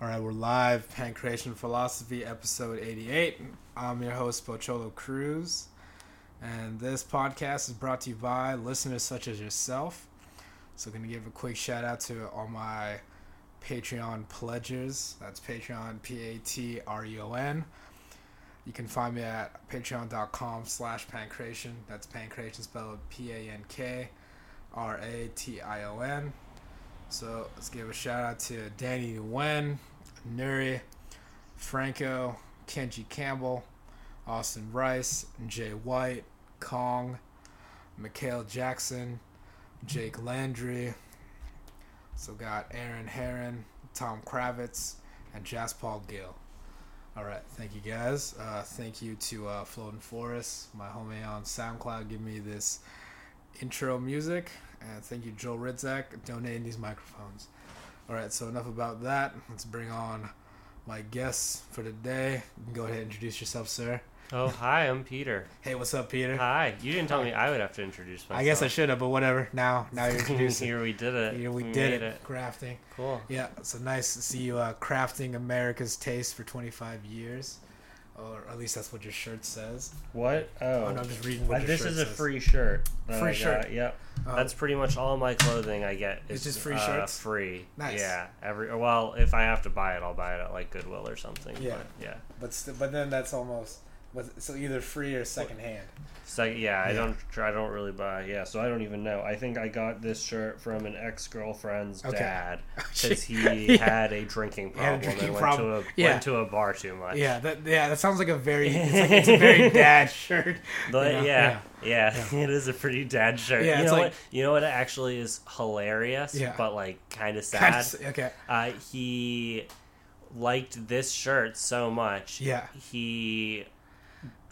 All right, we're live, Pan Creation Philosophy, episode 88. I'm your host, Pocholo Cruz, and this podcast is brought to you by listeners such as yourself. So, going to give a quick shout out to all my Patreon pledgers. That's Patreon, P A T R E O N. You can find me at patreon.com slash pancreation. That's pancreation spelled P A N K R A T I O N. So let's give a shout out to Danny Nguyen, Nuri, Franco, Kenji Campbell, Austin Rice, Jay White, Kong, Mikhail Jackson, Jake Landry. So got Aaron Herron, Tom Kravitz, and Jas Paul Gill. All right, thank you guys. Uh, thank you to uh, Floating Forest, my homie on SoundCloud, give me this intro music. And thank you, Joel Ridzak, donating these microphones. All right, so enough about that. Let's bring on my guests for today. You can go ahead and introduce yourself, sir. Oh, hi, I'm Peter. Hey, what's up, Peter? Hi. You didn't tell me I would have to introduce myself. I guess I should have, but whatever. Now, now you're introducing. Here we did it. Here we did made it. Crafting. Cool. Yeah, so nice to see you uh, crafting America's taste for 25 years, or at least that's what your shirt says. What? Oh, Oh, no, I'm just reading what Uh, your this shirt is a says. free shirt. that Free I shirt. got, Yep. Um, That's pretty much all my clothing I get. It's is, just free uh, shirts? Free. Nice. Yeah. Every well, if I have to buy it, I'll buy it at like Goodwill or something. Yeah. But yeah. but st- but then that's almost but so either free or secondhand. So yeah, I Yeah. don't. I don't really buy. Yeah, so I don't even know. I think I got this shirt from an ex girlfriend's Okay. Oh, dad because he Yeah. had a drinking He had a problem drinking and went problem. to a Yeah. went to a bar too much. Yeah, that yeah, that sounds like a very it's, like, it's a very dad shirt. But Yeah, yeah, yeah, it is a pretty dad shirt. Yeah, you it's know like- what? You know what? Actually, is hilarious, Yeah. but like kind of sad. Kinda s- okay. Uh, he liked this shirt so much. Yeah. He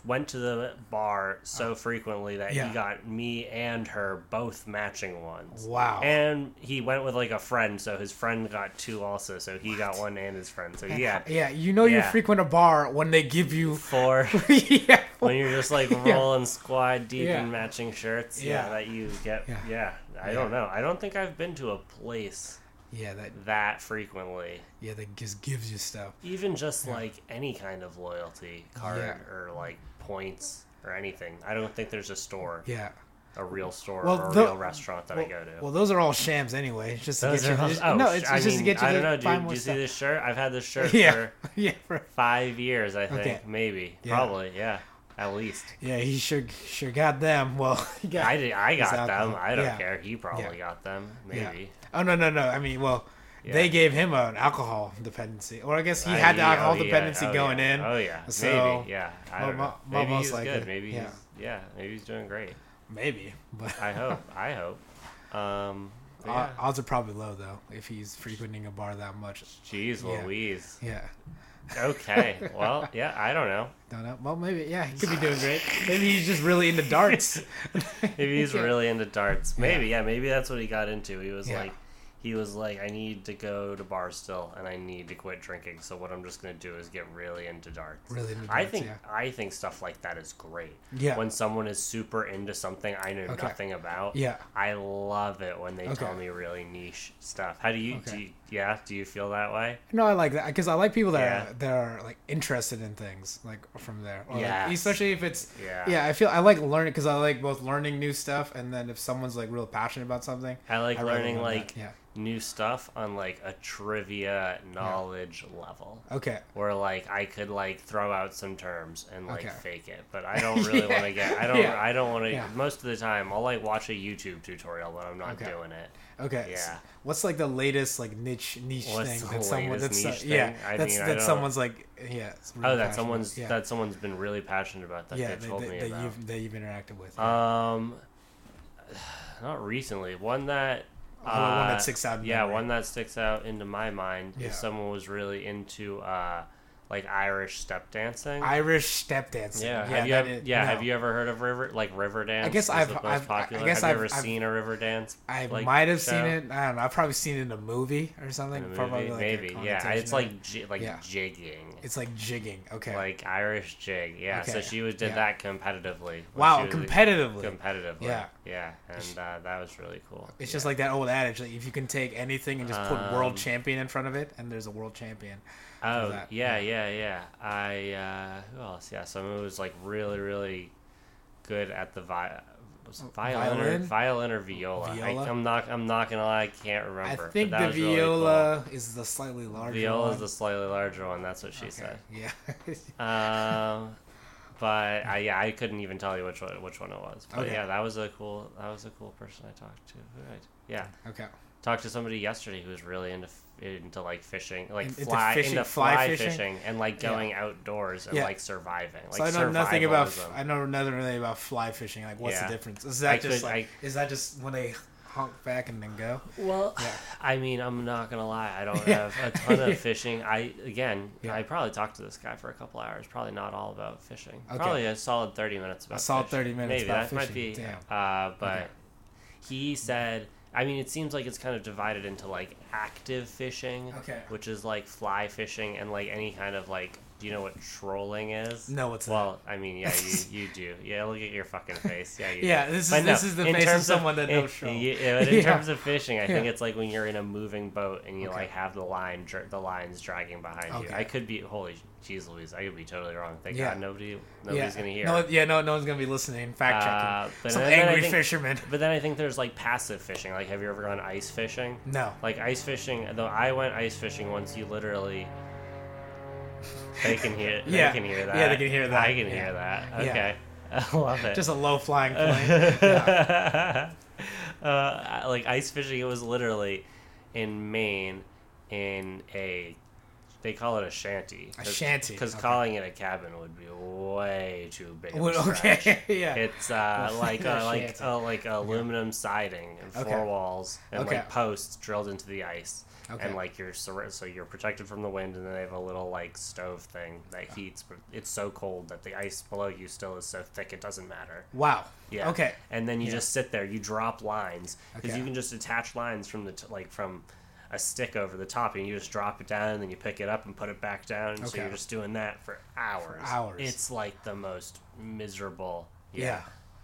went to the bar so frequently that Uh, Yeah. he got me and her both matching ones. Wow. And he went with like a friend, so his friend got two also. So he got one and his friend. So yeah, yeah, you know you Yeah. frequent a bar when they give you four. yeah. when you're just like rolling squad deep Yeah. in matching shirts, Yeah. yeah, that you get. Yeah. Yeah, I Yeah. don't know. I don't think I've been to a place Yeah, that that frequently. yeah, that just gives you stuff. even just like any kind of loyalty card Yeah. or like points or anything. I don't think there's a store, Yeah. a real store Well, or a the- real restaurant that Well, I go to. well, those are all shams anyway. It's just to Those get you. are all- just- oh, no, sh- it's, I it's just to mean, get you I don't to know. Do buy you, more do you see stuff. this shirt? I've had this shirt yeah, for yeah, for- five years, I think, Okay. maybe, Yeah. probably, yeah, at least. yeah. He sure sure got them. Well, he got I did. I got Exactly. them. I don't Yeah. care. He probably got them. Yeah. Maybe. Oh no no no! I mean, well, they Yeah. gave him an alcohol dependency, or I guess he I- had the oh, alcohol yeah. dependency Oh, going yeah. in. Oh yeah. So, maybe. Yeah. I mo- don't know. mo- Maybe most he's likely, good. Maybe yeah. he's yeah. Maybe he's doing great. Maybe, but I hope. I hope. Um, but yeah. o- odds are probably low though if he's frequenting a bar that much. Jeez Yeah. Louise. Yeah, Okay. Well, yeah, I don't know. don't know. Well, maybe yeah, he could be doing great. Maybe he's just really into darts. Maybe he's Yeah. really into darts. Maybe, yeah, maybe that's what he got into. He was Yeah. like he was like, I need to go to bars still and I need to quit drinking, so what I'm just gonna do is get really into darts. Really into I darts, think yeah. I think stuff like that is great. Yeah. When someone is super into something I know Okay. nothing about. Yeah. I love it when they Okay. tell me really niche stuff. How do you, Okay. do you yeah, do you feel that way? No, I like that because I like people that Yeah. are that are like interested in things like from there. Or, like, Yes. especially if it's Yeah. yeah. I feel I like learning because I like both learning new stuff and then if someone's like real passionate about something, I like I really learning love that, like yeah. new stuff on like a trivia knowledge level. okay, Where like I could like throw out some terms and like Okay. fake it, but I don't really Yeah. want to get. I don't. Yeah. I don't want to. Yeah. Most of the time, I'll like watch a YouTube tutorial when I'm not Okay. doing it. Okay. s- Yeah. What's like the latest like niche niche What's thing the that someone that's latest so- niche thing? yeah I that's mean, I that don't- someone's like yeah it's really oh, that passionate. someone's yeah. that someone's been really passionate about that. yeah they that, told that- me that about. you've that you've interacted with yeah. Um, not recently. One that. Oh, one that uh, sticks out in yeah, memory. one that sticks out into my mind Yeah. is someone was really into uh, like Irish step dancing. Irish step dancing. yeah, yeah, have you that ev- is- yeah no. have you ever heard of river like river dance? guess is I've- the most I've- I- I popular. guess have I've- you ever I've- seen a river dance? I like, might have seen show? it. I don't know. I've probably seen it in a movie or something. In a probably movie? like a maybe. Yeah, connotation of it's it. like j- like Yeah. jigging. it's like jigging. Okay. Like Irish jig, yeah. So Okay, she was did yeah. that competitively. when she wow, was a- competitively. competitively. Yeah. yeah, and uh, that was really cool. it's yeah. just like that old adage: like if you can take anything and just put Um, world champion in front of it, and there's a world champion. Oh that, yeah, yeah, yeah. I uh, who else? Yeah, someone who was like really, really good at the vi- was it violin, Violin? Or, violin or viola. Viola? I, I'm not. I'm not gonna lie. I can't I remember. but think that the was really cool. viola is the slightly larger Viola is one. the slightly larger one. That's what she Okay, said. Yeah. Um, but I, yeah, I couldn't even tell you which one which one it was. But Okay. yeah, that was a cool. That was a cool person I talked to. Who did I- Yeah, okay. talked to somebody yesterday who was really into f- into like fishing, like In- into fly into, fishing, fly, fly fishing. fishing? and like Yeah. going outdoors and Yeah. like surviving. Like so I know nothing about. survivalism. I know nothing really about fly fishing. Like, what's Yeah. the difference? Is that I just could- like? Is that just when they honk back and then go? Well, Yeah. I mean, I'm not gonna lie. I don't Yeah. have a ton of fishing. I again, Yeah. I probably talked to this guy for a couple hours. Probably not all about fishing. Okay. Probably a solid thirty minutes about. solid fishing. 30 minutes Maybe about that fishing. might be. Damn. Uh, but Okay. he said. I mean, it seems like it's kind of divided into like active fishing, Okay. which is like fly fishing and like any kind of like. Do you know what trolling is? No, what's that? well, I mean, yeah, you, you do. Yeah, look at your fucking face. Yeah, you do. Yeah, this is- But this is the in face of terms someone that in- knows troll. yeah, yeah, but in Yeah. terms of fishing, I think Yeah. it's like when you're in a moving boat and you Okay. like have the line, dr- the lines dragging behind you. Okay. I could be holy, jeez, Louise, I could be totally wrong. Thank Yeah. God nobody, nobody's yeah. gonna hear. No, yeah, no, no one's gonna be listening. Fact Uh, checking. but Some then- then I angry think- fisherman. But then I think there's like passive fishing. Like, have you ever gone ice fishing? No. Like ice fishing, though I went ice fishing once. You literally, they can hear, Yeah. they can hear that. Yeah, they can hear that. I can Yeah. hear that. Yeah. Okay, I love it. Just a low flying plane. uh, like ice fishing, it was literally in Maine in a they call it a shanty. A shanty, Because okay. calling it a cabin would be way too big. Of Well, a stretch. okay. yeah. It's uh, like A a, like shanty. a, like aluminum siding and Okay. four walls and Okay. like posts drilled into the ice. Okay. And like you're sur- so you're protected from the wind, and then they have a little like stove thing that heats, but it's so cold that the ice below you still is so thick it doesn't matter. wow. Yeah. Okay. And then you just sit there. You drop lines because Okay. you can just attach lines from the t- like from a stick over the top, and you just drop it down, and then you pick it up and put it back down. And So Okay. you're just doing that for hours. hours. It's like the most miserable. Yeah. Yeah.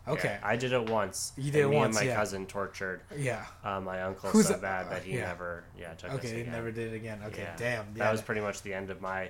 Okay. I did it once. You did and it me once, And my yeah. cousin tortured Yeah. uh, my uncle Who's so a- uh, bad that he yeah. never yeah took us Okay. He again. never did it again. Okay. Yeah. Damn. Yeah. That was pretty much the end of my.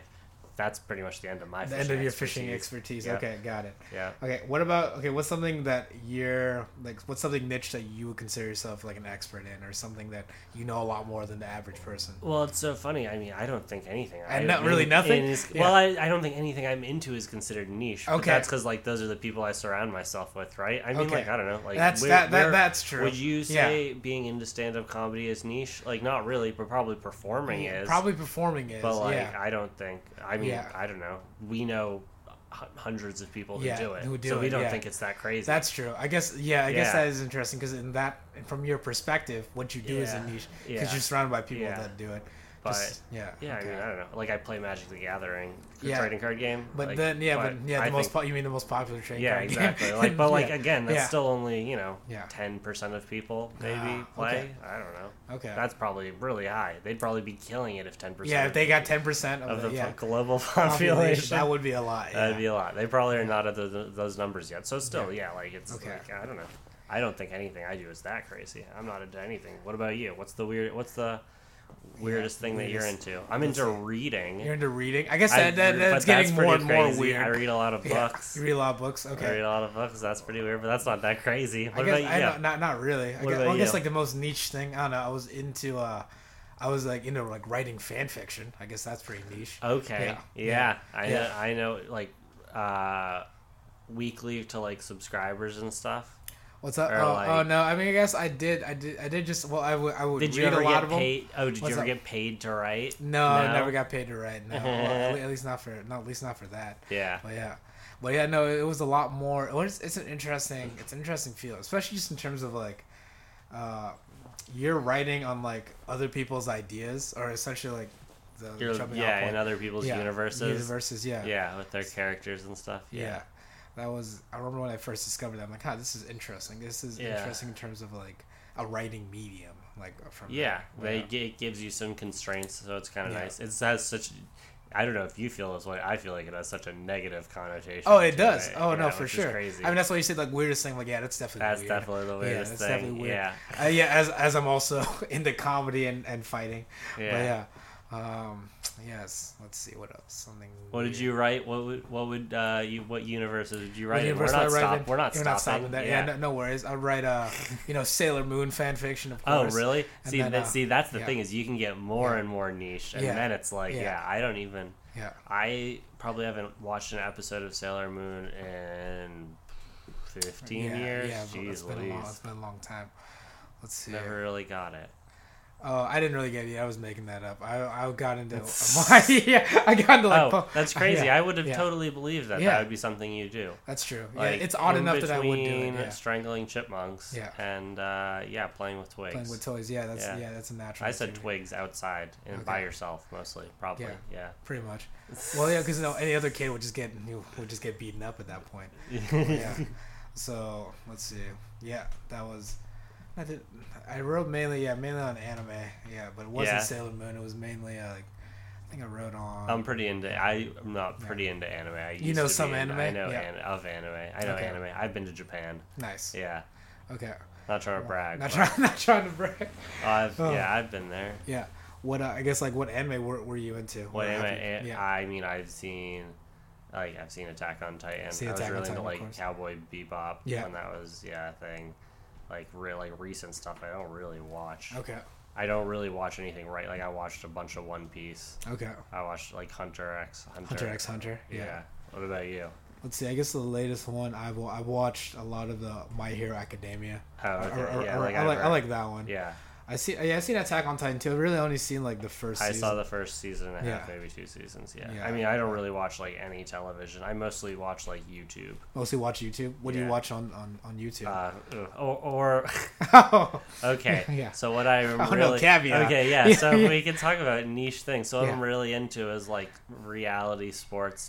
That's pretty much the end of my. the end of your fishing expertise. Yeah. Okay. Got it. Yeah. Okay. What about okay? What's something that you're like? What's something niche that you would consider yourself like an expert in, or something that you know a lot more than the average person? Well, it's so funny. I mean, I don't think anything. And I- not really in- nothing? in is- Yeah. Well, I, I don't think anything I'm into is considered niche. But Okay. that's because like those are the people I surround myself with, right? I mean, Okay. like I don't know. Like That's- where- that- that- where- that's true. Would you Yeah. say being into stand-up comedy is niche? Like not really, but probably performing is. Probably performing is. But like yeah. I don't think. I mean, Yeah. I don't know. We know h- hundreds of people who Yeah, do it, who do so we it, don't yeah. think it's that crazy. That's true. I guess yeah. I Yeah. guess that is interesting because in that, from your perspective, what you do is Yeah. a niche because Yeah. you're surrounded by people Yeah. that do it. But- yeah, yeah, okay. I mean, I don't know. Like I play Magic the Gathering, the Yeah. trading card game. but like, then yeah, but, yeah, the I most think- po- you mean the most popular train yeah card game. exactly like but like Yeah. again that's Yeah. still only you know Yeah. 10% of people maybe Ah, play okay. i don't know okay. that's probably really high they'd probably be killing it if 10% yeah, if they got of ten percent the- of, of the, the po- yeah, global population, population that would be a lot. Yeah. that'd be a lot they probably are not at the, those numbers yet so still yeah, like it's Okay. like i don't know i don't think anything i do is that crazy i'm not into anything what about you what's the weird what's the weirdest thing weirdest- that you're into i'm into reading You're into reading. I guess I- that, that but that's getting more pretty and more crazy. i weird. read a lot of Yeah. books You read a lot of books. I read Okay. a lot of books. That's pretty weird, but that's not that crazy. What I guess about you? I Yeah. don't, not not really. I What guess, about well, I guess you? like the most niche thing. I don't know. I was into uh, I was like into like writing fan fiction. I guess that's pretty niche. Oh, Okay. Yeah. Yeah. I Yeah. know. I know. Like uh, weekly to like subscribers and stuff. What's up? Or, Oh, like- oh, no! I mean, I guess I did. I did. I did just. Well, I would. I would Did read you ever a lot get of them. paid? Oh, did What's you ever up? get paid to write? No, I No? never got paid to write. No, well, at least not for. No, at least not for that. Yeah. But yeah, but yeah, no, it was a lot more. It was, it's an interesting, it's an interesting field, especially just in terms of like, uh, you're writing on like other people's ideas or essentially like the You're, jumping off yeah, point. in other people's Yeah, universes. universes, yeah. Yeah, with their characters and stuff. yeah, Yeah. That was I remember when I first discovered that. I'm like, huh, this is interesting. This is Yeah. interesting in terms of like a writing medium, like from Yeah, there. they Yeah. gi- it gives you some constraints, so it's kind of Yeah. nice. It has such. I don't know if you feel this way. I feel like it has such a negative connotation. Oh, it to does. Oh yeah, no, for which is sure. Crazy. I mean, that's why you said like weirdest thing. Like, yeah, that's definitely that's weird. definitely the weirdest that's thing. definitely weird. Yeah, Uh, yeah, as as I'm also into comedy and and fighting. yeah. But yeah, um, yes. Let's see what else. Something. What did weird. you write? What would what would uh, you what universes did you write? in? universe we're I not write stop, in- We're not You're stopping. not stopping that. Yeah, Yeah. no, no worries. I'll write uh, you know, Sailor Moon fan fiction, of Oh course. really? And See, then, that, uh, see, that's the yeah. thing is you can get more Yeah. and more niche, and Yeah. then it's like, Yeah. yeah. I don't even. Yeah. I probably haven't watched an episode of Sailor Moon in fifteen yeah, years. Yeah, but it's Jeez been a long, it's Louise. been a long time. Let's see. never really got it. Oh, I didn't really get it. I was making that up. I I got into my yeah. I got into like. oh, po- that's crazy! yeah, I would have yeah. totally believed that Yeah. that would be something you do. That's true. Like, yeah, it's odd in enough that I would do it. between Yeah. Strangling chipmunks. Yeah. And uh, yeah, playing with twigs. Playing with toys. Yeah, that's yeah, Yeah. that's a natural. I said activity. twigs outside and by Okay. yourself mostly, probably. Yeah. Yeah. Pretty much. Well, yeah, because no, any other kid would just get would just get beaten up at that point. yeah. So let's see. Yeah, that was. I did. I wrote mainly, yeah, mainly on anime. Yeah, but it wasn't Yeah. Sailor Moon. It was mainly uh, like, I think I wrote on. I'm pretty into. I, I'm not pretty into anime. I used know to some be into- I anime? know Yeah. an, of anime. I know Okay. anime. I've been to Japan. nice. Yeah, Okay. not trying to brag. Not but trying. Not trying to brag. I've, Oh. Yeah, I've been there. Yeah. What uh, I guess like what anime were, were you into? What Or have anime? you- a- Yeah. I mean, I've seen. Like I've seen Attack on Titan. Seen I was Attack on really Titan, into of like course. Cowboy Bebop Yeah. when that was yeah a thing. Like real like recent stuff. I don't really watch. okay. I don't really watch anything right. Like I watched a bunch of One Piece. Okay. I watched like Hunter X Hunter. Hunter X Hunter. Yeah. yeah. What about you? Let's see. I guess the latest one I've wa- I've watched a lot of the My Hero Academia. Oh, I- I, okay. I- yeah, I- like I like I I've- like that one. Yeah, I see. Yeah, I seen Attack on Titan too. I really only seen like the first. I season. saw the first season and a half, Yeah. maybe two seasons. Yeah. Yeah. I mean, I don't really watch like any television. I mostly watch like YouTube, Mostly watch YouTube. What do you Yeah. watch on on on YouTube? uh, or, or Uh, oh, okay. Yeah. Oh, So what I no, really caveat. okay, yeah. Yeah, so yeah. we can talk about niche things. So what Yeah. I'm really into is like reality sports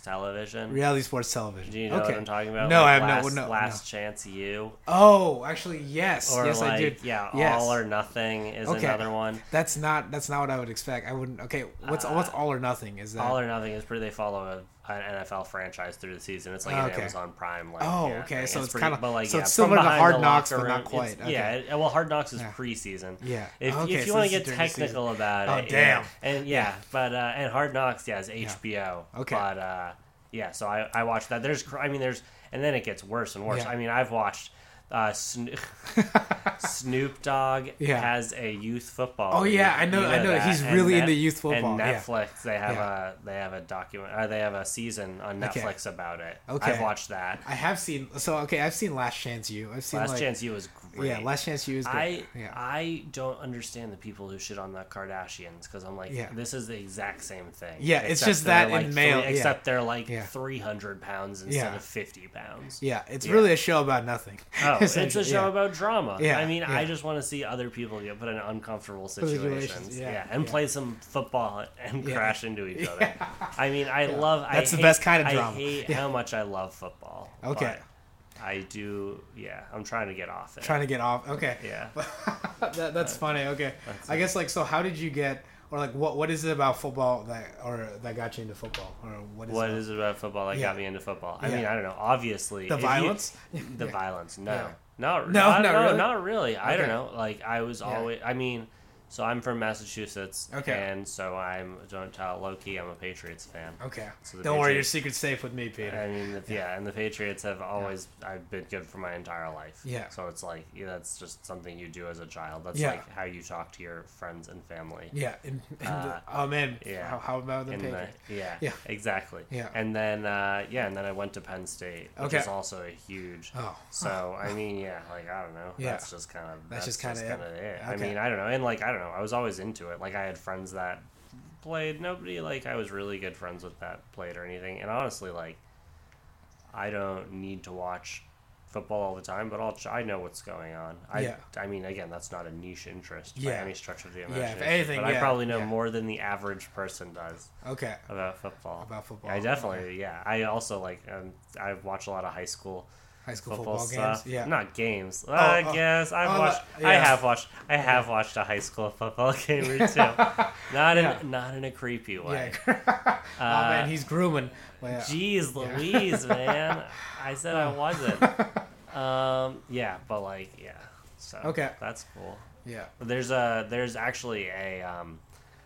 television. reality sports television. Do you know okay. what I'm talking about? No, I Like, have no- last, no, no. Last Chance You, Oh, actually, yes, or yes, like I do. yeah, Yes. All or Nothing is Okay. another one. That's not that's not what I would expect. I wouldn't. Okay, what's what's all or nothing? Is that? Uh, All or Nothing is pretty. They follow a, an NFL franchise through the season. It's like an Okay. Amazon Prime. Like, Oh, yeah, okay, thing. so it's pretty- kinda- but like, so yeah, it's from similar to behind Hard the Knocks, locker but not room, it's- quite, Yeah. it- well, Hard Knocks is Yeah. preseason. yeah. If, okay, if you so this want to is get during the season. technical about Oh, it, damn. Yeah, and yeah, but uh, and Hard Knocks, yeah, is HBO. Okay. but uh, yeah, so I I watched that. There's, cr- I mean, there's, and then it gets worse and worse. Yeah. I mean, I've watched. Uh, Sno- Snoop Dogg Yeah. has a youth football. Oh, yeah, league. I know- I know. that. He's And really Net- into youth football, And yeah. Netflix, they have Yeah. a they have a document. Uh, they have a season on Okay. Netflix about it. Okay. I've watched that. I have seen. So okay, I've seen Last Chance U. I've seen Last like, Chance U was great. Yeah, Last Chance U is good. I uh, yeah. I don't understand the people who shit on the Kardashians because I'm like, Yeah. this is the exact same thing. Yeah, it's Except just that they're in like male- three- yeah. except they're like Yeah. 300 pounds instead Yeah. of 50 pounds. yeah, it's yeah. really a show about nothing. Oh, it's a show essentially, yeah. about drama. Yeah, I mean, I yeah. just want to see other people get put in uncomfortable Situations, situations. yeah, yeah, and yeah. play some football and Yeah. crash into each other. I mean, I love. I That's the hate- best kind of I drama. hate Yeah. how much I love football. Okay. but I do. Yeah, I'm trying to get off it. Trying to get off. Okay. yeah. that, that's funny. Okay, I guess like so. How did you get, or like what what is it about football that or that got you into football, or what is What it- is it about football that Yeah. got me into football? I Yeah. mean, I don't know. Obviously, the if you- violence? the violence. No, Yeah. not, No, no, not, not no, not really? really. I don't Okay. know. Like I was Yeah. always. I mean, so I'm from Massachusetts. Okay. And so I'm don't tell low key. I'm a Patriots fan. okay, So the don't worry, your Patriots- secret's safe with me, Peter. I mean, the, yeah. and the Patriots have always I've been good for my entire life. Yeah. So it's like yeah, that's just something you do as a child. That's Yeah. like how you talk to your friends and family. yeah, and, and Uh, the, oh man, yeah. how, how about the In Patriots? the, yeah, Yeah. exactly. Yeah. And then uh, yeah, and then I went to Penn State, which Okay. is also a huge. Oh. So I mean, yeah, like I don't know. Yeah. That's just kind of That's that's, just just kinda kind of it. it. I Okay. mean, I don't know, and like I don't know, I was always into it. Like I had friends that played. Nobody like I was really good friends with that played or anything. And honestly, like I don't need to watch football all the time, but I'll I know what's going on. I Yeah. I mean, again, that's not a niche interest by Yeah. any stretch of the if imagination. anything, but I yeah, probably know yeah. more than the average person does Okay. about football. About football. I okay. definitely, yeah. I also like um, I watch a lot of high school high school football, football, stuff. games. Yeah. Not games. oh, I guess I've oh, watched. the- I yeah. have watched. I have watched a high school football game or two. Not Yeah. in not in a creepy way. yeah. oh Uh, man, he's grooming. But yeah. Jeez Yeah. Louise, man. I said I wasn't. Um, yeah, but like, yeah. So Okay. that's cool. yeah. There's a there's actually a um,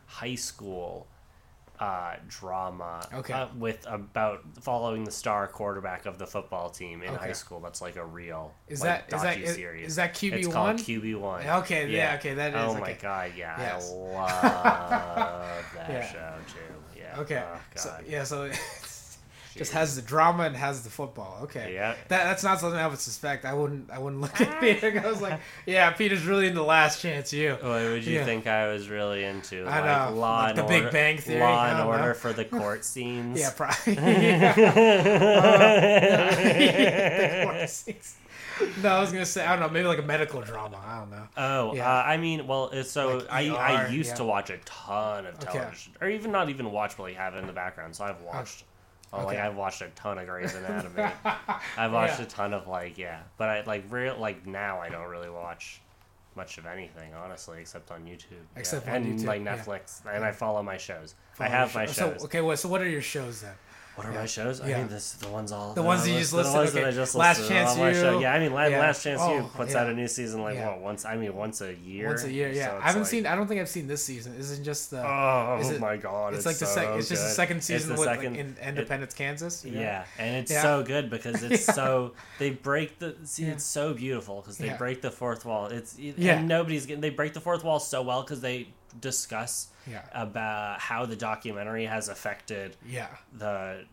high school uh, drama Okay. uh, with about following the star quarterback of the football team in Okay. high school. That's like a real Is like, that is that is, docuseries. is that QB It's one? called QB one. Okay, yeah, okay, that is Oh okay. my god, yeah, Yes. I love that Yeah. show too. Yeah. Okay. Oh, god. so, yeah, so it's- just Jeez. has the drama and has the football. Okay. Yeah. That, that's not something I would suspect. I wouldn't I wouldn't look at Peter. I was like, yeah, Peter's really in the last chance you. What would you Yeah. think I was really into? I like know, Law like and The Order, Big Bang Theory, Law I and don't know. Order for the court scenes. Yeah, probably. Yeah. Uh, no, I was gonna say I don't know, maybe like a medical drama. I don't know. Oh, Yeah. uh, I mean, well, uh, so Like I, I ER, used yeah. to watch a ton of Okay. television, or even not even watch, but like have it in the background. So I've watched, oh, like Okay. I've watched a ton of Grey's Anatomy. I've watched Yeah. a ton of like yeah, but I like real like now I don't really watch much of anything honestly, except on YouTube. yeah. Except on and YouTube, like yeah. Netflix, and I follow my shows. Follow I have my show- shows. So okay, well, so what are your shows then? What are Yeah. my shows? Yeah. I mean, this the ones all The ones that you I just list- the ones listed, that I okay. just Last listed are Chance on my show. U, Yeah, I mean, La- yeah. Last Chance Oh, U puts yeah. out a new season like Yeah. what once? I mean, once a year. Once a year, yeah. So it's I haven't like- seen. I don't think I've seen this season. Isn't just the. Oh is it- my god! it's, like the so sec- It's just the good. second It's season the with second- like in it- Independence, Kansas. you know? yeah. and it's Yeah. so good because it's Yeah. so they break the see Yeah. it's so beautiful because they Yeah. break the fourth wall. It's it, Yeah. and nobody's getting they break the fourth wall so well because they discuss Yeah. about how the documentary has affected Yeah. the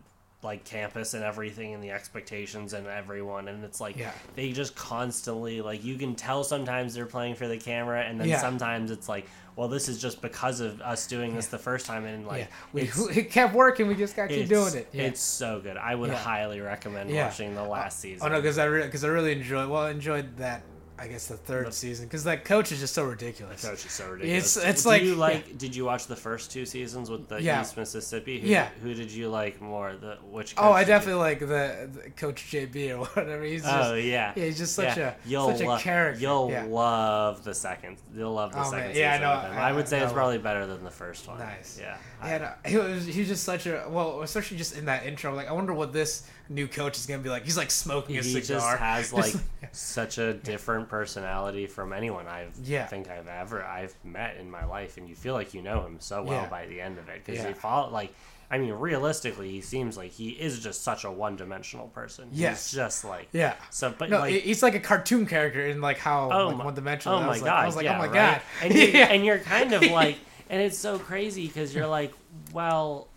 like campus and everything and the expectations and everyone and it's like Yeah. they just constantly like you can tell sometimes they're playing for the camera and then Yeah. sometimes it's like well this is just because of us doing this the first time and like yeah. We it's- it kept working. We just got to keep it's- doing it. Yeah. It's so good. I would Yeah. highly recommend Yeah. watching the last season. oh no, because I because I really enjoyed. Well, I enjoyed that. I guess the third season because that coach is just so ridiculous. Coach is so ridiculous. it's Do like- you like. Did you watch the first two seasons with the Yeah. East Mississippi? Who, Yeah. Who did you like more? The which? Oh, coach I did you- definitely like the, the coach JB or whatever. He's just Oh yeah. yeah, he's just such Yeah. uh, a You'll such a lo- character. You'll yeah. love the second. You'll love the Oh, second man. season. Yeah, I Yeah, know. I know. I- I would say I it's know. probably better than the first one. Nice. Yeah. I- And uh, he was he was just such a well, especially just in that intro. Like, I wonder what this new coach is gonna be like. He's like smoking he a just cigar. has Just like like- such a different personality from anyone I Yeah. think I've ever I've met in my life, and you feel like you know him so well Yeah. by the end of it because Yeah. he follow like I mean realistically he seems like he is just such a one dimensional person. Yes. He's just like yeah. So, but No, like he- he's like a cartoon character in like how oh like, my, one dimensional. I Oh my was like, god! I was like, yeah, oh my right? god. And you Yeah. and you're kind of like, and it's so crazy because you're like, well,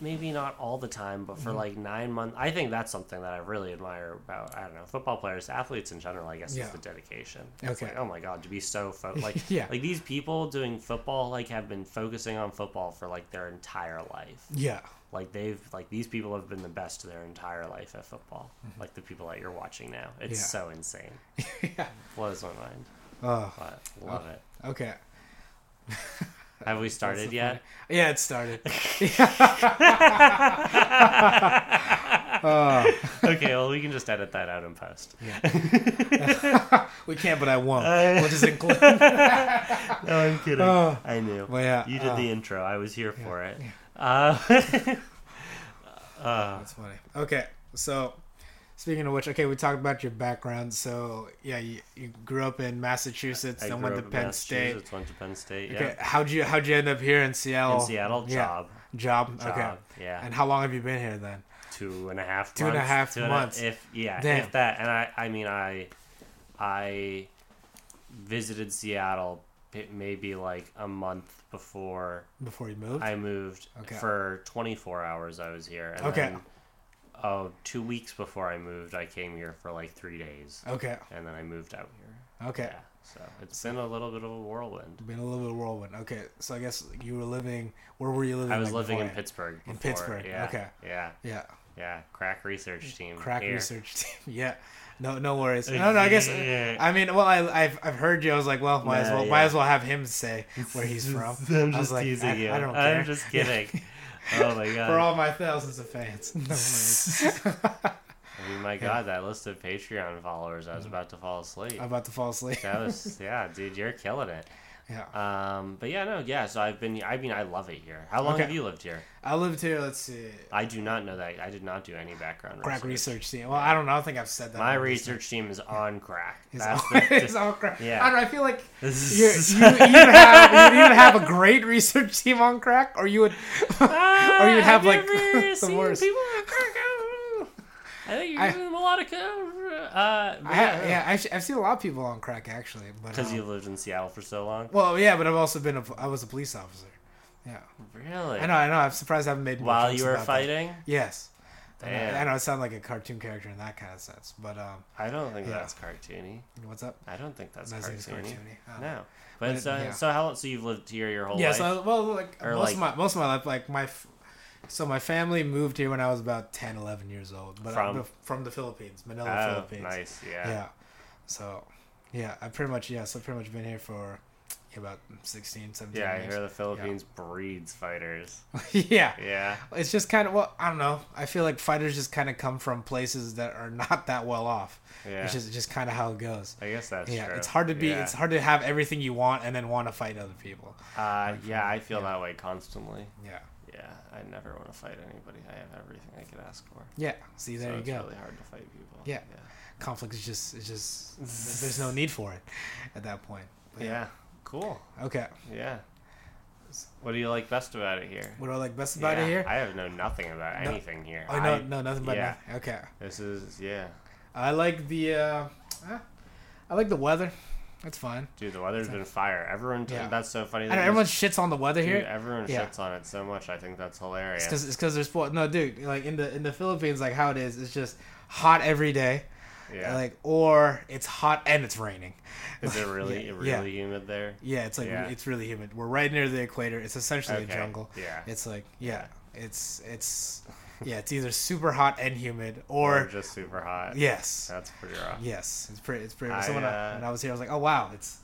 maybe not all the time, but for Mm-hmm. like nine months, I think that's something that I really admire about I don't know football players, athletes in general. I guess Yeah. is the dedication. It's Okay. like, oh my god, to be so fo- like Yeah. like these people doing football like have been focusing on football for like their entire life yeah. like they've like these people have been the best their entire life at football like the people that you're watching now it's Mm-hmm. Yeah. so insane Yeah. blows my mind Oh, but love it okay. have we That's started the yet funny- Yeah, it started. Oh, okay well we can just edit that out in post we can't, but I won't. Uh, we'll just include. no i'm kidding Oh. i knew Well, yeah, you did uh, the intro i was here for it uh, uh, That's funny. Okay, so speaking of which, okay, we talked about your background. So yeah, you, you grew up in Massachusetts, I then grew went up to in Penn State. Massachusetts, went to penn state yeah Okay, how'd you how'd you end up here in Seattle? in seattle yeah. job Job. job Okay. yeah And how long have you been here then? two and a half Two and a months, half two and a- months. if yeah Damn. if that and i i mean i i visited seattle p- maybe like a month before Before you moved? i moved Okay. for 24 hours i was here and Okay. then, oh two weeks before i moved i came here for like three days okay. and then i moved out here Okay. yeah So it's been a little bit of a whirlwind. Been a little bit of whirlwind. Okay, so I guess you were living. Where were you living? I was like, living in beforehand? Pittsburgh. In before. Pittsburgh, Yeah. okay. Yeah. Yeah, Yeah. Crack research team. crack here. research team. Yeah, no, no worries. No, no. I guess I mean, well, I, I've I've heard you. I was like, well, might as Nah, well, might yeah. as well have him say where he's from. I'm I was just like, teasing I- you. I don't care. am just kidding. oh my god. For all my thousands of fans. No worries. I mean, my god, that list of Patreon followers. I was about to fall asleep. Mm. I'm about to fall asleep. That was yeah, dude. You're killing it. Yeah. Um, but yeah, no, yeah. So I've been. I mean, I love it here. How long Okay. have you lived here? I lived here. Let's see. I do not know that. I did not do any background Crack research. research team. Well, I don't know. I don't think I've said that. My on this. research team is on crack. It's That's all, the, it's all crack. yeah. I don't know. I feel like This you're, you is- you'd have you'd either have a great research team on crack, or you would, Ah, or you'd have like the worst. Oh. I think you're I- giving them a lot of cover. Uh, I have, yeah, I've, I've seen a lot of people on crack actually, but Because um, you lived in Seattle for so long. well, yeah, but I've also been a, I was a police officer. Yeah, Really? I know, I know. I'm surprised I haven't made more While jokes you were about that. fighting? Yes, I know- Damn. I know. I sound like a cartoon character in that kind of sense, but um, I don't think Yeah. that's cartoony. what's up? I don't think that's That's it's cartoony. cartoony. Um, No. But But, so, yeah. so how so you've lived here your whole Yeah, life? so well, like Or, most like- of my most of my life, like my, f- so my family moved here when I was about 10, 11 years old, but From? from, from the Philippines, Manila, oh, Philippines. nice, yeah. Yeah. So, yeah, I pretty much yeah, so I've pretty much been here for yeah, about 16, 17 Yeah, I years. hear the Philippines breeds fighters. yeah, Yeah. it's just kind of well, I don't know. I feel like fighters just kind of come from places that are not that well off, Yeah. which is just kind of how it goes. I guess that's yeah, true. it's hard to be. Yeah. It's hard to have everything you want and then want to fight other people. Uh, yeah, I feel that way constantly. Yeah, Yeah, I never want to fight anybody. I have everything I could ask for. yeah. See, there so you it's go. really hard to fight people. Yeah. conflict is just it's just there's no need for it at that point. Yeah. But Yeah. Cool. Okay. Yeah. What do you like best about it here? What do I like best about Yeah, it here? I have known nothing about No. anything here. oh no, I- no, nothing but yeah. nothing. Okay. This is yeah. I like the uh, eh, I like the weather. That's fine. Dude, the weather's been fire. Everyone, Yeah. that's so funny. I That know you- everyone shits on the weather dude, here. everyone yeah. shits on it so much. I think that's It's hilarious. because it's because there's sport. No, dude. Like in the in the Philippines, like how it is, it's just hot every day. yeah, Like or it's hot and it's raining. is it really yeah, yeah. really humid there? Yeah, it's like Yeah. it's really humid. We're right near the equator. It's essentially Okay, a jungle. yeah. It's like yeah, it's it's yeah, it's either super hot and humid or just super hot. yes. that's pretty rough. Yes, it's pretty it's pretty I, so when, uh, I, when I was here I was like, "Oh wow, it's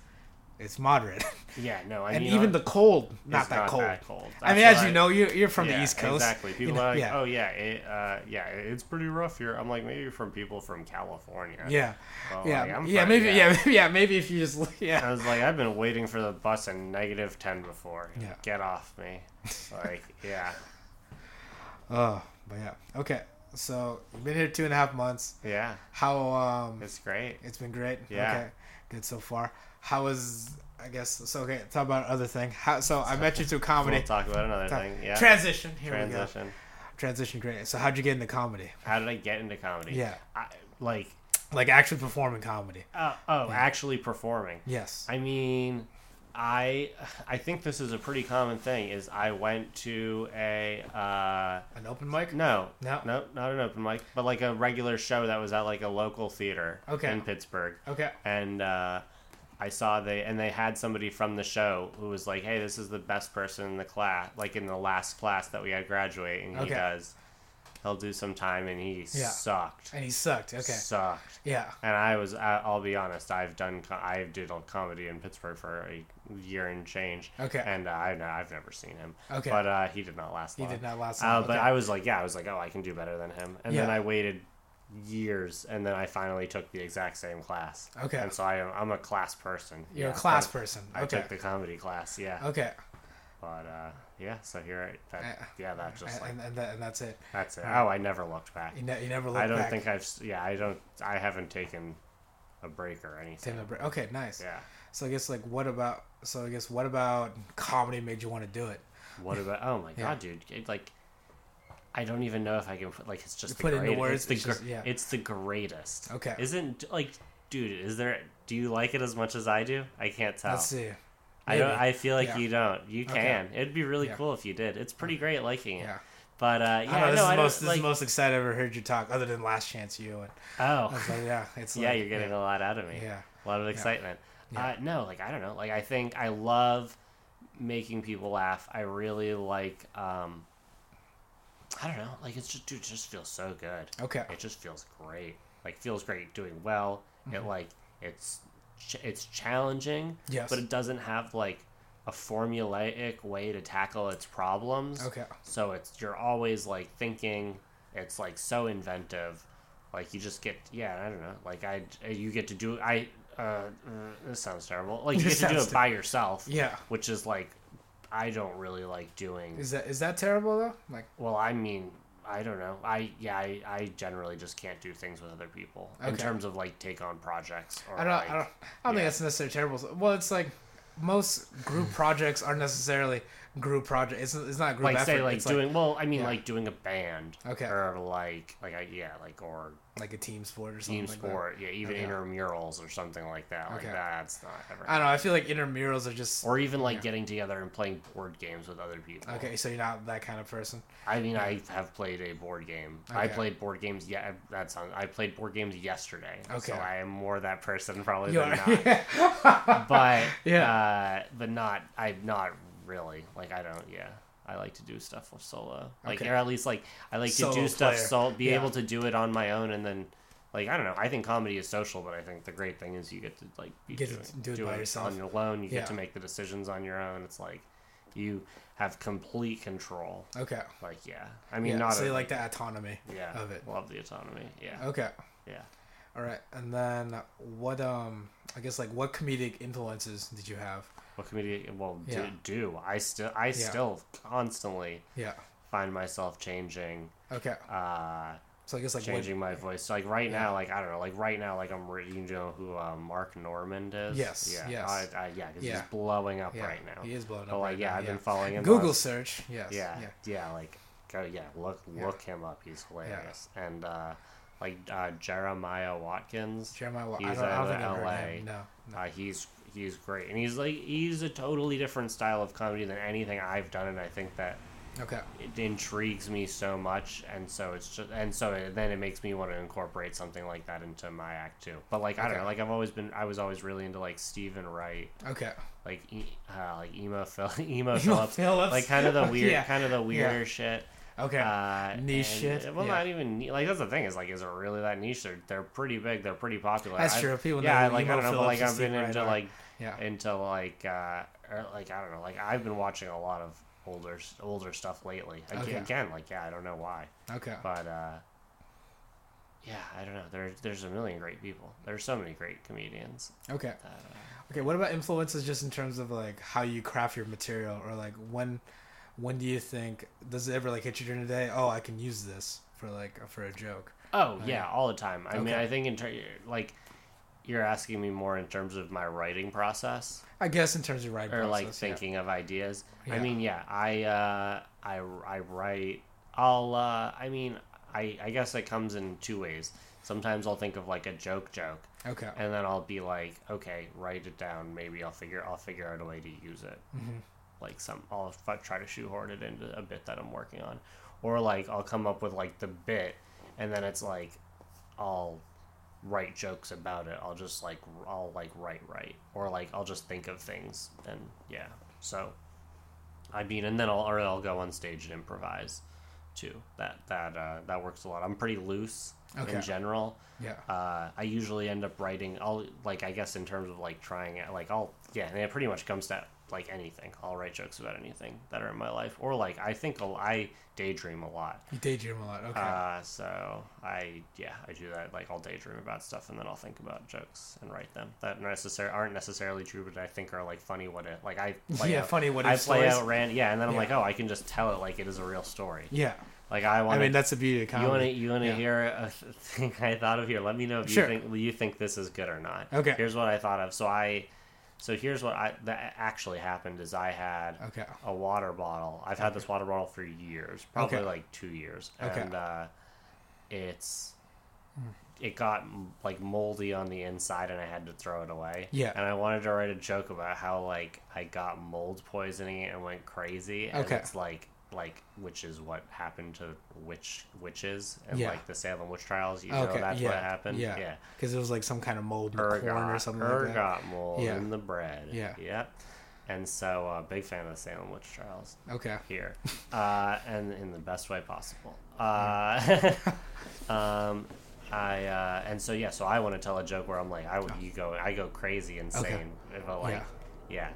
it's moderate." Yeah, no, I and mean, even on- the cold it's not that cold. I That's mean, as what you I- know, you you're from the Yeah, East Coast. Exactly. People you know, are like, yeah. oh yeah, it, uh, yeah, it- it's pretty rough here. I'm like, maybe you're from people from California. Yeah. Well, Yeah. oh, like, I'm Uh, yeah, from- maybe yeah. maybe yeah, maybe if you just look yeah. I was like, I've been waiting for the bus in negative ten before. Yeah. Get off me. Like, yeah, Oh, but yeah. Okay. So, you've been here two and a half months. yeah, How um it's great. It's been great. Yeah. Okay. Good so far. How was I guess so okay, talk about another thing. How so I met you through comedy. We'll talk about another thing. Yeah. Transition. Here we go. Transition. Transition great. So how'd you get into comedy? How did I get into comedy? Yeah. I, like, Like actually performing comedy. uh, oh, actually performing. Yes. I mean, I I think this is a pretty common thing. Is I went to a. Uh, An open mic? No, No? no, not an open mic, but like a regular show that was at like a local theater Okay. in Pittsburgh, Okay. and uh, I saw they and they had somebody from the show who was like, "Hey, this is the best person in the class, like in the last class that we had graduate, and he Okay. does, he'll do some time, and he sucked, And he sucked. Okay. sucked." Yeah. And I was, I- I'll be honest, I've done, co- I did a comedy in Pittsburgh for a year and change. Okay. And uh, I, I've never seen him. Okay. But uh, he did not last He long. did not last Uh, long. but Okay. I was like, yeah, I was like, oh, I can do better than him. And then Yeah. I waited years, and then I finally took the exact same class. Okay. And so I am, I'm a class person. You're Yeah, a class but person. okay. I Oh. took the comedy class, yeah. Okay. But uh, yeah, so here, I, that, Uh, yeah, that's just And, like and, and, that, and that's it. that's it. uh, Oh, I never looked back. You, ne- you never look I don't back. think I've, s- yeah, I don't, I haven't taken a break or anything. Taking a break. Okay, nice. Yeah. So I guess like what about so I guess what about comedy made you want to do it? What about? Oh my Yeah. god, dude! It, like, I don't even know if I can put like it's just the Put it into greatest. words, It's the it's gr- just- yeah. it's the greatest. Okay. Isn't like, dude? Is there? Do you like it as much as I do? I can't tell. Let's see. I don't. Maybe. I feel like Yeah. you don't. You can. It'd be really Yeah. cool if you did. It's pretty great liking it. Yeah. But uh, yeah, I don't know, this no, is I the don't most this like. is the most excited I've ever heard you talk, other than Last Chance You and oh, so, yeah, it's yeah, like- you're getting a lot out of me. yeah. a lot of excitement. Uh, no, like I don't know. Like I think I love making people laugh. I really like. um I don't know. Like it's just, dude, it just feels so good. Okay. It just feels great. Like feels great doing well. It Mm-hmm. like it's ch- it's challenging. Yes. But it doesn't have like a formulaic way to tackle its problems. Okay. So it's you're always like thinking. It's like so inventive. Like you just get yeah I don't know like I you get to do I uh, uh this sounds terrible like you This get to do sounds it by yourself Yeah. which is like I don't really like doing Is that is that terrible though? Like well I mean I don't know I yeah I, I generally just can't do things with other people in Okay. terms of like take on projects or I don't like, I don't I don't yeah. think that's necessarily terrible. Well, it's like most group projects aren't necessarily group project. It's, it's not a group like effort. say like it's doing well I mean yeah. like doing a band Okay. or like like I, yeah like or like, like a team sport or something. team like that. sport yeah even Okay. intramurals or something like that like Okay. that's not ever I don't know. I feel like intramurals are just or even like getting together and playing board games with other people okay. So you're not that kind of person. I mean, I have played a board game. I Okay. played board games. Yeah, that's on. I played board games yesterday. Okay. So I am more that person probably You than are. not. But Yeah. uh, but not. I not really like. I don't. Yeah. I like to do stuff solo. Like Okay. or at least like I like Solo to do stuff player. solo. Be Yeah. able to do it on my own and then. Like I don't know. I think comedy is social, but I think the great thing is you get to like be Get to doing, do it by yourself. on your own. You Yeah. get to make the decisions on your own. It's like you have complete control. Okay. Like yeah, I mean yeah. not so you a- like the autonomy yeah of it. Oh. Love the autonomy. Yeah, Okay. yeah. All right. And then what? Um. I guess like what comedic influences did you have? What comedian? Well, do, Yeah. do I still I still constantly Yeah. find myself changing, Okay. uh, So I guess like what, changing my voice. So, like right Yeah. now, like I don't know, like right now, like I'm re- you know who uh, Mark Normand is. Yes, yeah, yes. I, I, yeah, because Yeah. he's blowing up yeah, right now. He is blowing up. But like right yeah, now, I've been following him. Google on- search. Yes. yeah, Yeah. yeah, like go yeah, look Yeah. look him up. He's hilarious. And uh, like uh, Jeremiah Watkins. Jeremiah. Wa- I He's don't, I out don't of think I've heard LA. him. No. No. Uh, he's he's great, and he's like he's a totally different style of comedy than anything I've done, and I think that Okay. it intrigues me so much, and so it's just and so it, then it makes me want to incorporate something like that into my act too. But like I don't Okay. know, like I've always been I was always really into like Stephen Wright, Okay. like e- uh, like emo Phil, emo Phillips, Phillips. like kind of the weird Yeah. kind of the weirder shit. Okay. Uh, Niche and- shit, Well, yeah. not even ni- like that's the thing is like, is it really that niche? They're, they're pretty big. They're pretty popular. That's I've- true. People know yeah, who like Emo I don't know, but Phillips like and I've been Steve Wright into are. like yeah. into like uh or, like I don't know, like I've been watching a lot of older older stuff lately. Again, Okay. again like yeah, I don't know why, Okay. but uh yeah, I don't know. There, there's a million great people. There's so many great comedians. Okay. that, uh, Okay. What about influences, just in terms of like how you craft your material, or like when, when do you think does it ever like hit you during the day? Oh, I can use this for like for a joke. oh yeah, all the time. I mean, Okay. I think in ter- like you're asking me more in terms of my writing process. I guess in terms of writing or process, like yeah. thinking of ideas. I Yeah. mean, yeah, I uh, I I write. I'll. Uh, I mean, I I guess it comes in two ways. Sometimes I'll think of like a joke joke, Okay. and then I'll be like, okay, write it down. Maybe I'll figure I'll figure out a way to use it. Like some, I'll f- try to shoehorn it into a bit that I'm working on, or like I'll come up with like the bit, and then it's like, I'll write jokes about it. I'll just like r- I'll like write write, or like I'll just think of things, and yeah. So, I mean, and then I'll or I'll go on stage and improvise, too. That that uh, that works a lot. I'm pretty loose Okay. in general Yeah. uh, I usually end up writing. I'll like I guess in terms of like trying it, like I'll yeah, and it pretty much comes to like anything. I'll write jokes about anything that are in my life, or like I think I'll, I daydream a lot. You daydream a lot. Okay. Uh, so I yeah I do that like I'll daydream about stuff and then I'll think about jokes and write them that necessarily aren't necessarily true but I think are like funny what it like I play Yeah, out, funny what I if play stories. out ran yeah and then I'm Yeah. like oh I can just tell it like it is a real story yeah. like I I want mean, that's the beauty of you want to comedy. you want to Yeah. hear a th- thing I thought of here? Let me know if Sure. you think you think this is good or not. Okay. Here's what I thought of. So I, so here's what I that actually happened is I had Okay. a water bottle. I've had this water bottle for years, probably Okay. like two years, Okay. and uh, it's it got m- like moldy on the inside, and I had to throw it away. Yeah. And I wanted to write a joke about how like I got mold poisoning and went crazy, and Okay. it's like like which is what happened to witch witches and Yeah. like the Salem witch trials. You know Okay, that's yeah, what happened. yeah. yeah. because it was like some kind of mold in the corn ergot, or something like that. ergot mold Yeah. in the bread. Yeah. Yep. And so, uh, big fan of the Salem witch trials Okay. here, uh, and in the best way possible. Uh, um, I uh, and so yeah, so I want to tell a joke where I'm like, I would you go, I go crazy, insane, but like, yeah.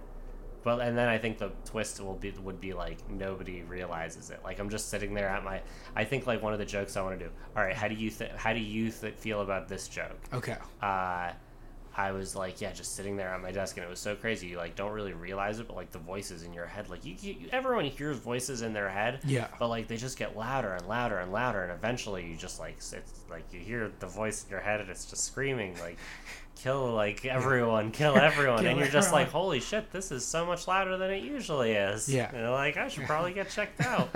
But and then I think the twist will be would be like nobody realizes it. Like I'm just sitting there at my. I think like one of the jokes I want to do. All right, how do you th- how do you th- feel about this joke? Okay. uh, I was like, yeah, just sitting there at my desk, and it was so crazy. You like don't really realize it, but like the voices in your head, like you, you everyone hears voices in their head, Yeah. but like they just get louder and louder and louder, and eventually you just like it's like you hear the voice in your head, and it's just screaming like, kill like everyone, kill everyone, Kill and you're just everyone. like, holy shit, this is so much louder than it usually is. Yeah. and you're like I should probably get checked out.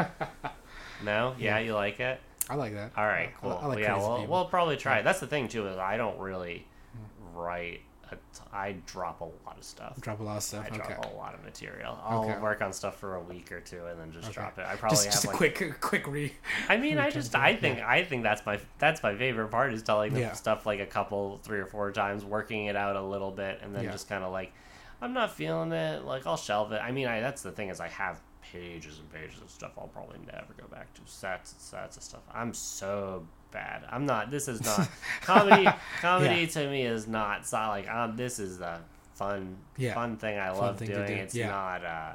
no, yeah, you like it. I like that. All right, I- cool. I, I like yeah, crazy we'll, people. we'll probably try. it. That's the thing too is I don't really Mm. write. A t- I drop a lot of stuff. drop a lot of stuff. I drop okay. a lot of material. I'll Okay. work on stuff for a week or two and then just Okay. drop it. I probably just have just a like. quick quick re. I mean, I return just to I it, think I think that's my that's my favorite part is telling the Yeah. stuff like a couple three or four times, working it out a little bit, and then Yeah. just kind of like, I'm not feeling it. Like I'll shelve it. I mean, I that's the thing is I have pages and pages of stuff I'll probably never go back to. Sets and sets of stuff. I'm so bad. I'm not. This is not comedy. Comedy to me is not. It's not like um. This is the fun Yeah. fun thing I Fun love thing to doing. do, It's yeah. not. uh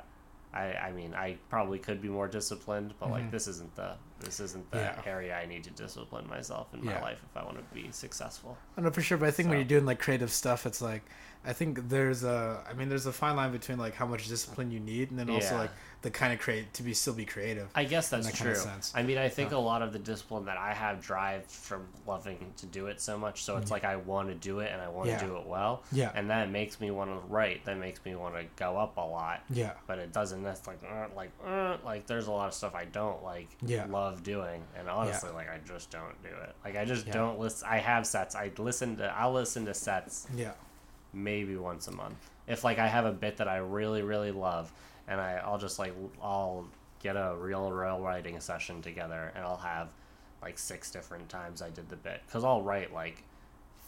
I, I mean I probably could be more disciplined, but like this isn't the this isn't the Mm-hmm. Yeah. area I need to discipline myself in Yeah. my life if I want to be successful. I don't know for sure, but I think when So- you're doing like creative stuff, it's like I think there's a I mean there's a fine line between like how much discipline you need and then also Yeah. like the kind of create to be still be creative. I guess that's that true. kind of sense. I mean, I think a lot of the discipline that I have drives from loving to do it so much. So it's like I want to do it and I want Mm-hmm. Yeah. to do it well. Yeah. And that makes me want to write. That makes me want to go up a lot. yeah. But it doesn't. That's like uh, like uh, like. There's a lot of stuff I don't like. Yeah. Love doing, and honestly, like I just don't do it. Like I just don't listen. I have sets. I listen to. I listen to sets Yeah. maybe once a month. If like I have a bit that I really really love, and I I'll just like I'll get a real real writing session together, and I'll have like six different times I did the bit because I'll write like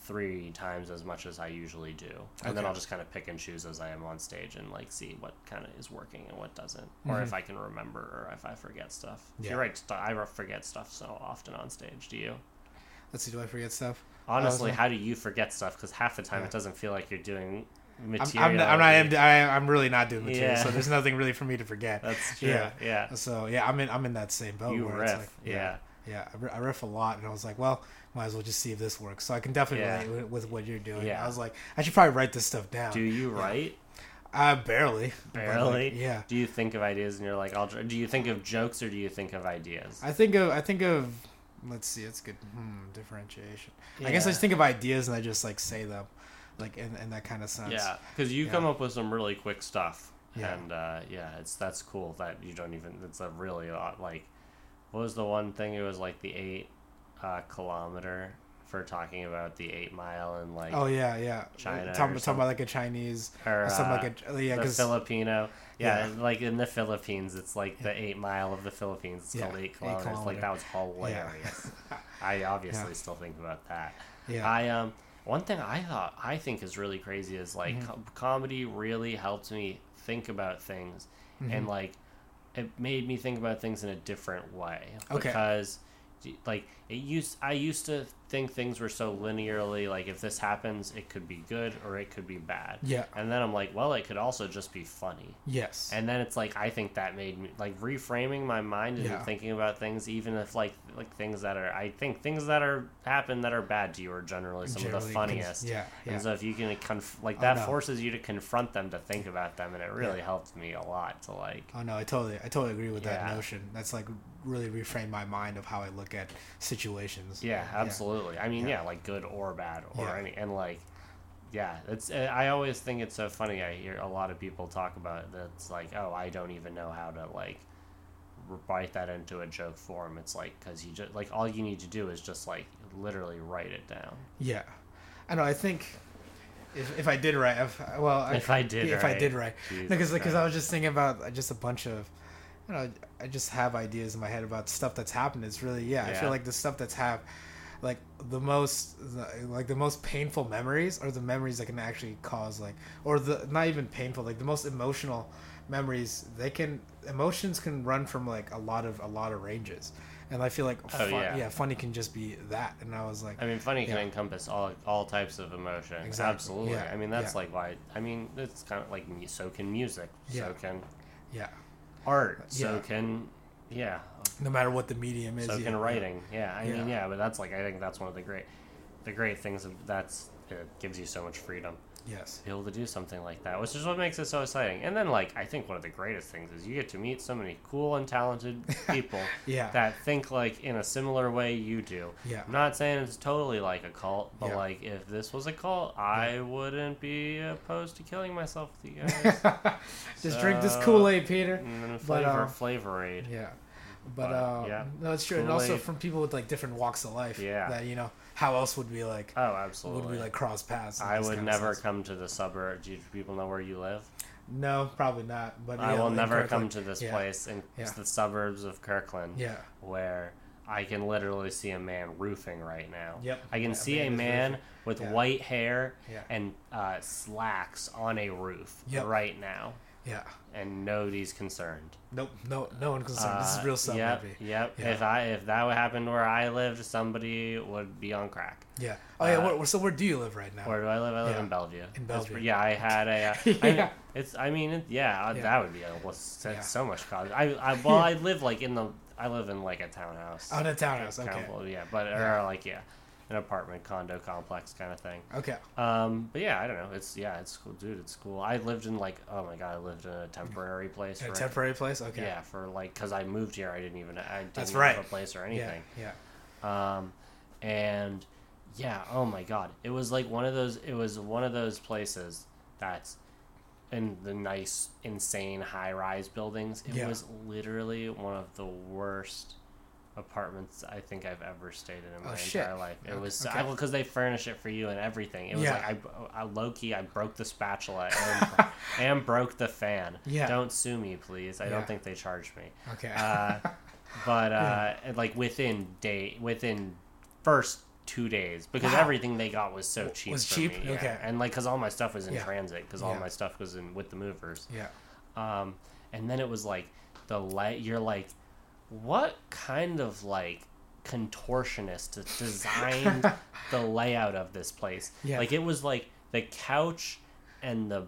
three times as much as I usually do, and then Okay. I'll just kind of pick and choose as I am on stage and like see what kind of is working and what doesn't, or if I can remember or if I forget stuff. Mm-hmm. Yeah. You're right. St- I forget stuff so often on stage. Do you? Let's see, do I forget stuff? Honestly, gonna- how do you forget stuff? Because half the time Yeah. it doesn't feel like you're doing I'm, material. I'm, not, I'm, not, I'm, I- I'm really not doing material, Yeah. so there's nothing really for me to forget. That's true. Yeah. Yeah. So yeah, I'm in I'm in that same boat. You where it's riff. like, yeah. Yeah, I, re- I riff a lot, and I was like, well, might as well just see if this works. So I can definitely Yeah. relate with, with what you're doing. Yeah. I was like, I should probably write this stuff down. Do you write? Uh, barely. But, like, Barely. yeah. Do you think of ideas and you're like, I'll. dr- Do you think of jokes or do you think of ideas? I think of I think of let's see, it's good hmm, differentiation. I guess I Yeah. just think of ideas and I just like say them, like in, in that kind of sense. yeah, because you yeah. come up with some really quick stuff, Yeah. and uh, yeah, it's that's cool that you don't even. It's a really lot. Like, what was the one thing? It was like the eight uh, kilometer for talking about the eight mile and like Oh yeah, yeah. China or Talking, talking something. about like a Chinese or, or something uh, like a yeah, the 'cause- Filipino. Yeah, Yeah. like in the Philippines, it's like the eight mile of the Philippines. It's Yeah, called eight eight kilometers. kilometer. Like that was hilarious. I obviously Yeah. still think about that. yeah, I um one thing I thought I think is really crazy is like Mm-hmm. com- comedy really helped me think about things Mm-hmm. and like it made me think about things in a different way Okay. because like it used I used to think things were so linearly like if this happens it could be good or it could be bad. Yeah. And then I'm like, well, it could also just be funny. yes, And then it's like I think that made me like reframing my mind and Yeah. thinking about things, even if like like things that are I think things that are happen that are bad to you are generally some of the Generally, cons- funniest. yeah, yeah. And so if you can conf- like Oh, that no. forces you to confront them to think about them, and it really helped me a lot to like. Oh no, I totally, I totally agree with that Yeah. notion. That's like really reframed my mind of how I look at situations. Yeah, absolutely. I mean, yeah. like good or bad or Yeah. any and like yeah, it's uh, I always think it's so funny I hear a lot of people talk about that's like, "Oh, I don't even know how to like r- write that into a joke form." It's like cuz you just like all you need to do is just like literally write it down. Yeah, I know. I think if, if I did right, if well, If I did if I right. did right, Jesus because I Christ. was just thinking about just a uh, bunch of you know, I just have ideas in my head about stuff that's happened. It's really yeah. I Yeah. feel like the stuff that's happened, like the most like the most painful memories are the memories that can actually cause like or the not even painful like the most emotional memories they can emotions can run from like a lot of a lot of ranges and i feel like fun, yeah. Oh, yeah. funny can just be that and i was like I mean, funny can Yeah. encompass all all types of emotion. Exactly. Absolutely. Yeah. I mean, that's Yeah. like why. I mean, it's kind of like mu- so can music. Yeah. So can yeah art. Yeah. So can yeah. no matter what the medium is So yeah, can writing. Yeah. I mean, Yeah. yeah. But that's like I think that's one of the great, the great things of that's it gives you so much freedom yes to be able to do something like that, which is what makes it so exciting. And then like I think one of the greatest things is you get to meet so many cool and talented people Yeah. that think like in a similar way you do. yeah I'm not saying it's totally like a cult, but Yeah. like if this was a cult, I wouldn't be opposed to killing myself with you guys. just drink this So- kool-aid peter and then But, flavor, uh, flavorade. Yeah, but, Mm. But, uh, yeah. no, it's true, and also Kool-Aid. from people with like different walks of life. Yeah. that you know, how else would we like Oh, would we absolutely. like cross paths? in I this would kind of never sense? come to the suburb. Do you people know where you live? No, probably not. But I yeah, will never incorrectly. come to this Yeah. place in Yeah. the suburbs of Kirkland Yeah, where I can literally see a man roofing right now. Yep. I can Yeah, see a man is man roofing. with Yeah. white hair Yeah. and uh, slacks on a roof Yep. right now, yeah. and nobody's concerned. Nope, no, no one concerned. this is Uh, real stuff, Yep, baby. yep. Yeah. If I if that would happen where I lived, somebody would be on crack. Yeah. Oh yeah. uh, where, where- so where do you live right now? Where do I live? I live Yeah. in Bellevue. In That's Bellevue. where- yeah, I had a. Uh, I Yeah. mean, it's. I mean, it, yeah, uh Yeah. that would be a, well, so, Yeah. so much cost. I, I well, I live like in the. I live in like a townhouse. Oh, in a townhouse, Town- okay. well, yeah, but Yeah. or like yeah, an apartment condo complex kind of thing. Okay. Um, but yeah, I don't know. It's yeah, it's cool, dude. It's cool. I lived in like oh my god, I lived in a temporary place. In a for- temporary place. Okay. Yeah, for like, cause I moved here, I didn't even I didn't That's have right. a place or Yeah. anything. Yeah. Um, and yeah, oh my god, it was like one of those. It was one of those places that's in the nice, insane high-rise buildings. It Yeah. was literally one of the worst apartments I think I've ever stayed in in Oh, my shit. entire life. It Okay, was okay. I because they furnish it for you and everything. It was Yeah. like I, I low key I broke the spatula and, and broke the fan. Yeah. Don't sue me, please. I Yeah. don't think they charged me Okay. uh, but uh, and, like within day within first two days because Wow. everything they got was so W- cheap was for cheap? me, yeah. Okay. and like because all my stuff was in Yeah. transit because all Yeah. my stuff was in with the movers yeah. um, and then it was like the light you're like what kind of like contortionist designed the layout of this place Yeah. like it was like the couch and the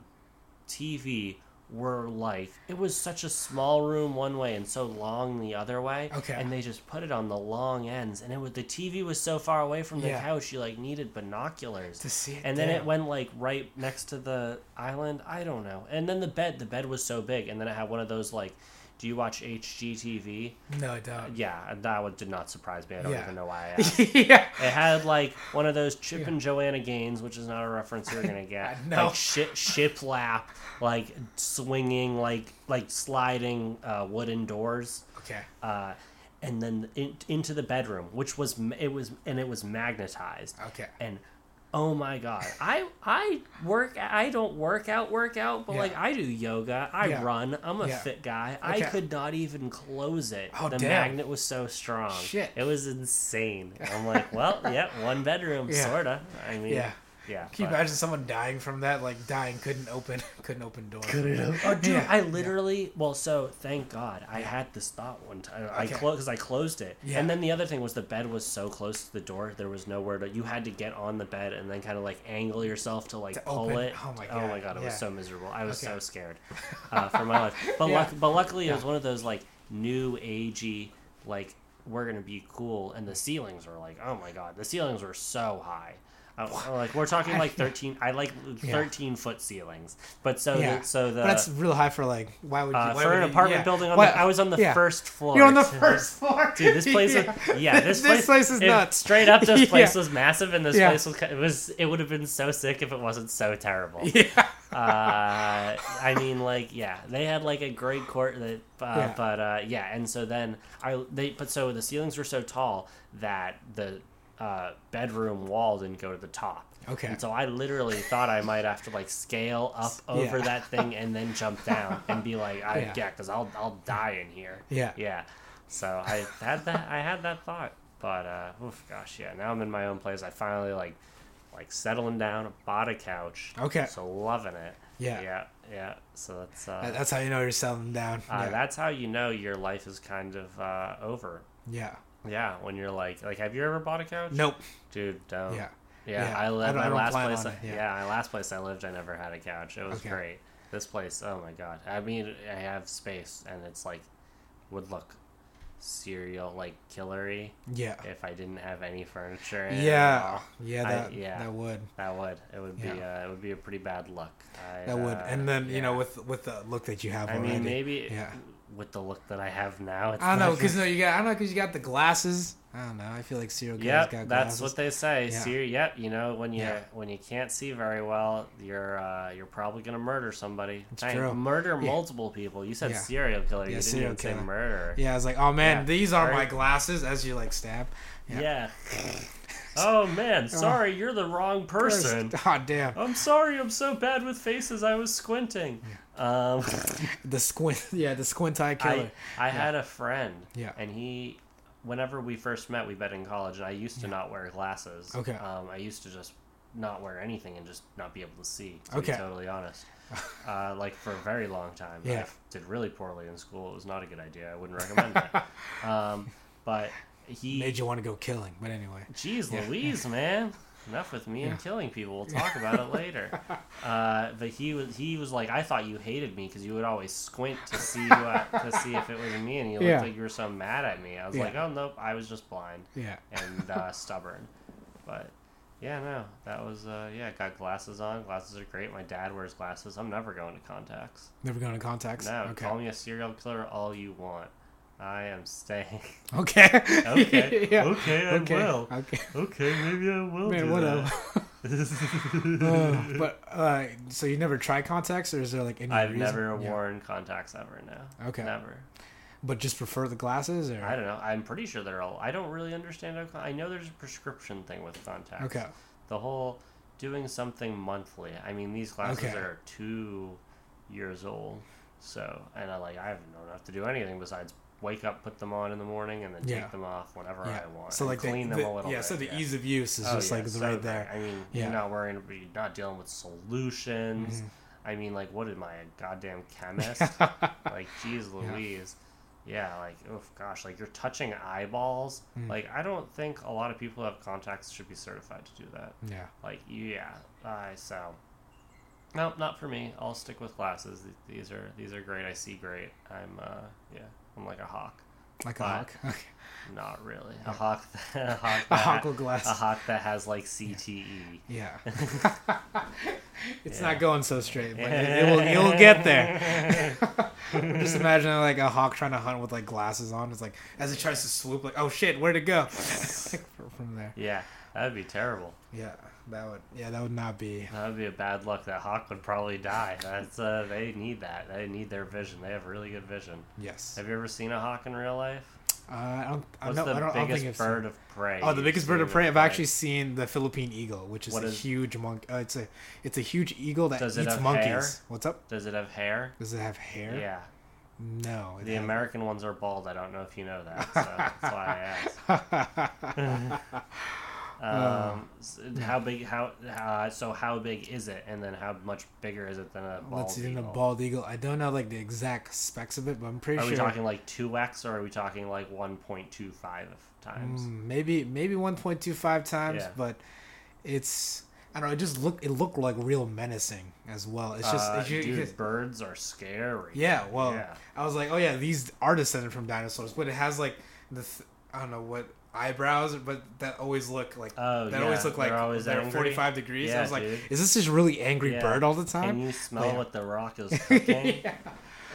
tv were like it was such a small room one way and so long the other way Okay. and they just put it on the long ends and it was the tv was so far away from the Yeah. couch you like needed binoculars To see it, and then yeah. it went went like right next to the island. I don't know. And then the bed, the bed was so big, and then it had one of those like, do you watch HGTV? No, I don't. Yeah, and that one did not surprise me. I don't Yeah. even know why. I asked. yeah. it had like one of those Chip and Joanna Gaines, which is not a reference you're gonna get. No. Like shi shiplap, like swinging, like like sliding uh, wooden doors Okay. uh, and then in, into the bedroom, which was m- it was and it was magnetized. Okay. And oh my god, I I work I don't work out work out, but Yeah. like I do yoga, I Yeah. run. I'm a Yeah. fit guy. I Okay. could not even close it. Oh, the damn. magnet was so strong. Shit. it was insane. I'm like, well, yeah, one bedroom, Yeah. sorta. I mean, Yeah. yeah, yeah. Can you but- imagine someone dying from that? Like dying, couldn't open, couldn't open door. Oh, dude, Yeah. I literally. Well, so thank God I had this thought one time. I Okay. closed because I closed it, Yeah. and then the other thing was the bed was so close to the door there was nowhere to. You had to get on the bed and then kind of like angle yourself to like To pull open- it. oh my Oh God, my god! It was yeah. so miserable. I was Okay. so scared uh, for my life. But Yeah. luck, but luckily it was one of those like new agey like we're gonna be cool, and the ceilings were like oh my god, the ceilings were so high. Uh, like we're talking like 13 i like 13 foot ceilings but so Yeah. the, so the but that's real high for like. Why would you? uh, why for would an you- apartment yeah. building on Why- the, I was on the yeah. first floor. You're on the too. first floor, Dude, this place yeah. was yeah. This, This place is it- nuts. Straight up, this Yeah. place was massive, and this Yeah. place was ki- it was it would have been so sick if it wasn't so terrible. Yeah. Uh, I mean, like yeah, they had like a great court that, uh, Yeah. but uh, yeah, and so then I they but so the ceilings were so tall that the uh, bedroom wall didn't go to the top. Okay. And so I literally thought I might have to like scale up over Yeah. that thing and then jump down and be like, I Yeah. yeah, because I'll I'll die in here. Yeah. Yeah. So I had that I had that thought, but uh, oof, gosh, yeah. Now I'm in my own place. I finally like like settling down. Bought a couch. Okay. So loving it. Yeah. Yeah. Yeah. So that's uh, That- That's how you know you're selling down. uh, yeah. that's how you know your life is kind of uh, over. yeah. Yeah, when you're like, like, have you ever bought a couch? Nope. dude, don't. Yeah. yeah. Yeah, I I lived don't- I my don't last plan place. on I- it, yeah. yeah. my last place I lived, I never had a couch. It was Okay. great. This place, oh my god. I mean, I have space, and it's like, would look serial like killery Yeah. if I didn't have any furniture. in Oh. it at Yeah. all. Yeah. I- That. yeah. That would. that would it would be Yeah. uh, it would be a pretty bad look. I, That would. uh, And then you know yeah. with with the look that you have. I already. mean, maybe Yeah. with the look that I have now, it's I don't know not- because no, you got. I don't know because you got the glasses. I don't know. I feel like serial killers Yep, got that's glasses. what they say. Yeah. See, yep, you know when you Yeah. when you can't see very well, you're uh, you're probably gonna murder somebody. It's Dang, true. Murder Yeah. multiple people. You said Yeah. serial killer. Yeah, you didn't serial even killer. say murder. Yeah, I was like, oh man, Yeah. these are my Sorry. glasses. As you like stab. Yeah. Yeah. oh man, sorry, you're the wrong person. Oh damn, I'm sorry, I'm so bad with faces. I was squinting. Um, the squint. Yeah, the squint eye killer. I, I had a friend. Yeah. And he, whenever we first met, we met in college, and I used to not wear glasses. Okay. Um, I used to just not wear anything and just not be able to see. To Okay. Be totally honest. Uh, like for a very long time. I Yeah. f- did really poorly in school. It was not a good idea. I wouldn't recommend that. um, but he Made you want to go killing, but anyway. Jeez Yeah. Louise, man. Enough with me and killing people. We'll talk about it later. Uh, but he was he was like, I thought you hated me because you would always squint to see what, to see if it was me, and you looked Yeah. like you were so mad at me. I was Yeah. like, oh nope, I was just blind Yeah. and uh, stubborn. But yeah, no, that was uh, yeah. Got glasses on. Glasses are great. My dad wears glasses. I'm never going to contacts. Never going to contacts. No, okay. call me a serial killer all you want. I am staying. Okay. Okay. yeah. Okay, I Okay. will. Okay. Okay, maybe I will. Man, do what that. a. Ugh, but uh, so you never try contacts, or is there like any? I've reason? never Yeah. worn contacts ever now. Okay. Never. But just prefer the glasses, or I don't know. I'm pretty sure they're all. I don't really understand. How, con- I know there's a prescription thing with contacts. okay. The whole doing something monthly. I mean, these glasses Okay. are two years old. So, and I like I don't have to do anything besides wake up, put them on in the morning, and then Yeah. take them off whenever Yeah. I want. So and like the- clean the, them a little. yeah. bit. So the ease of use is Oh, just yeah, like so right great. there. I mean, Yeah. you're not worrying, about- you're not dealing with solutions. Mm-hmm. I mean, like, what am I, a goddamn chemist? like, geez, Louise. Yeah. like, oh gosh, like you're touching eyeballs. Mm. Like, I don't think a lot of people who have contacts should be certified to do that. Yeah. Like, yeah, I so. Nope, not for me. I'll stick with glasses. Th- These are these are great. I see great. I'm uh yeah, I'm like a hawk. Like a But- hawk. Okay. Not really. A hawk. A hawk. A that- hawk with glasses. A hawk that has like E. CTE. Yeah. it's Yeah. not going so straight, but it, it will, you'll get there. I'm just imagining like a hawk trying to hunt with like glasses on. It's like as it tries to swoop, like oh shit, where'd it go? Like, From there. Yeah, that'd be terrible. Yeah, that would. Yeah, that would not be. That would be a bad luck. That hawk would probably die. That's uh, they need that. They need their vision. They have really good vision. Yes. Have you ever seen a hawk in real life? Uh, I don't. I What's don't. the I don't, I don't biggest think I've bird seen. of prey? Oh, the you've biggest bird seen of prey. in I've life? actually seen the Philippine eagle, which is What a is- huge monkey. Uh, it's a it's a huge eagle that Does it eats have monkeys. hair? What's up? Does it have hair? Does it have hair? Yeah. No. it The has- American ones are bald. I don't know if you know that. So that's why I asked. Uh. um, s- how big? How uh, so? How big is it? And then how much bigger is it than a bald Let's see, in a eagle? bald eagle. I don't know like the exact specs of it, but I'm pretty Are sure. we talking like two x or are we talking like one point two five times? Mm, maybe maybe 1.25 times, Yeah. but it's I don't know. It just look it looked like real menacing as well. It's just Uh, it's ju- dude, it's- birds are scary. yeah. Well, Yeah. I was like, oh yeah, these are descended from dinosaurs, but it has like the th- I don't know what eyebrows, but that always look like Oh, that always yeah, look like they're always they're angry. 45 degrees. I Yeah, was like, dude. is this just really angry Yeah. bird all the Can time? you smell Oh, yeah. what the rock is cooking?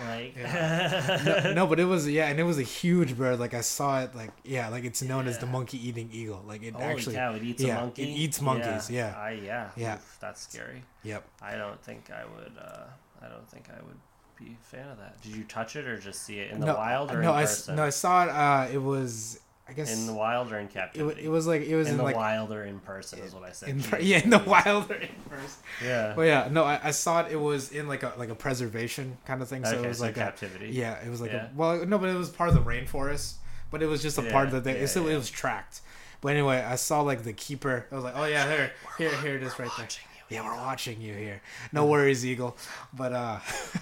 Like, no, no, but it was yeah, and it was a huge bird. Like I saw it, like yeah, like it's known as the monkey eating eagle. Like it holy actually, cow! It eats yeah, a monkey. It eats monkeys. Yeah. I, yeah. Yeah. Oof, that's scary. Yep. I don't think I would. Uh, I don't think I would be a fan of that. Did you touch it or just see it in the wild or no, in I s- person? no, I saw it. Uh, it was. I guess in the wild or in it, wa- captivity. it was like it was in, in, the like wild or in person is what I said. in, Jesus. yeah in the wild or in person. Yeah. Well, yeah, no, I, I saw it. It was in like a like a preservation kind of thing. So okay, it was so like a, captivity. yeah, it was like Yeah. a, well, no, but it was part of the rainforest. But it was just a part Yeah, that they yeah, it, still, yeah. it was tracked. But anyway, I saw like the keeper. I was like, oh yeah, there, here, here it is, right there. Yeah, we're watching you here. No worries, Eagle. But uh,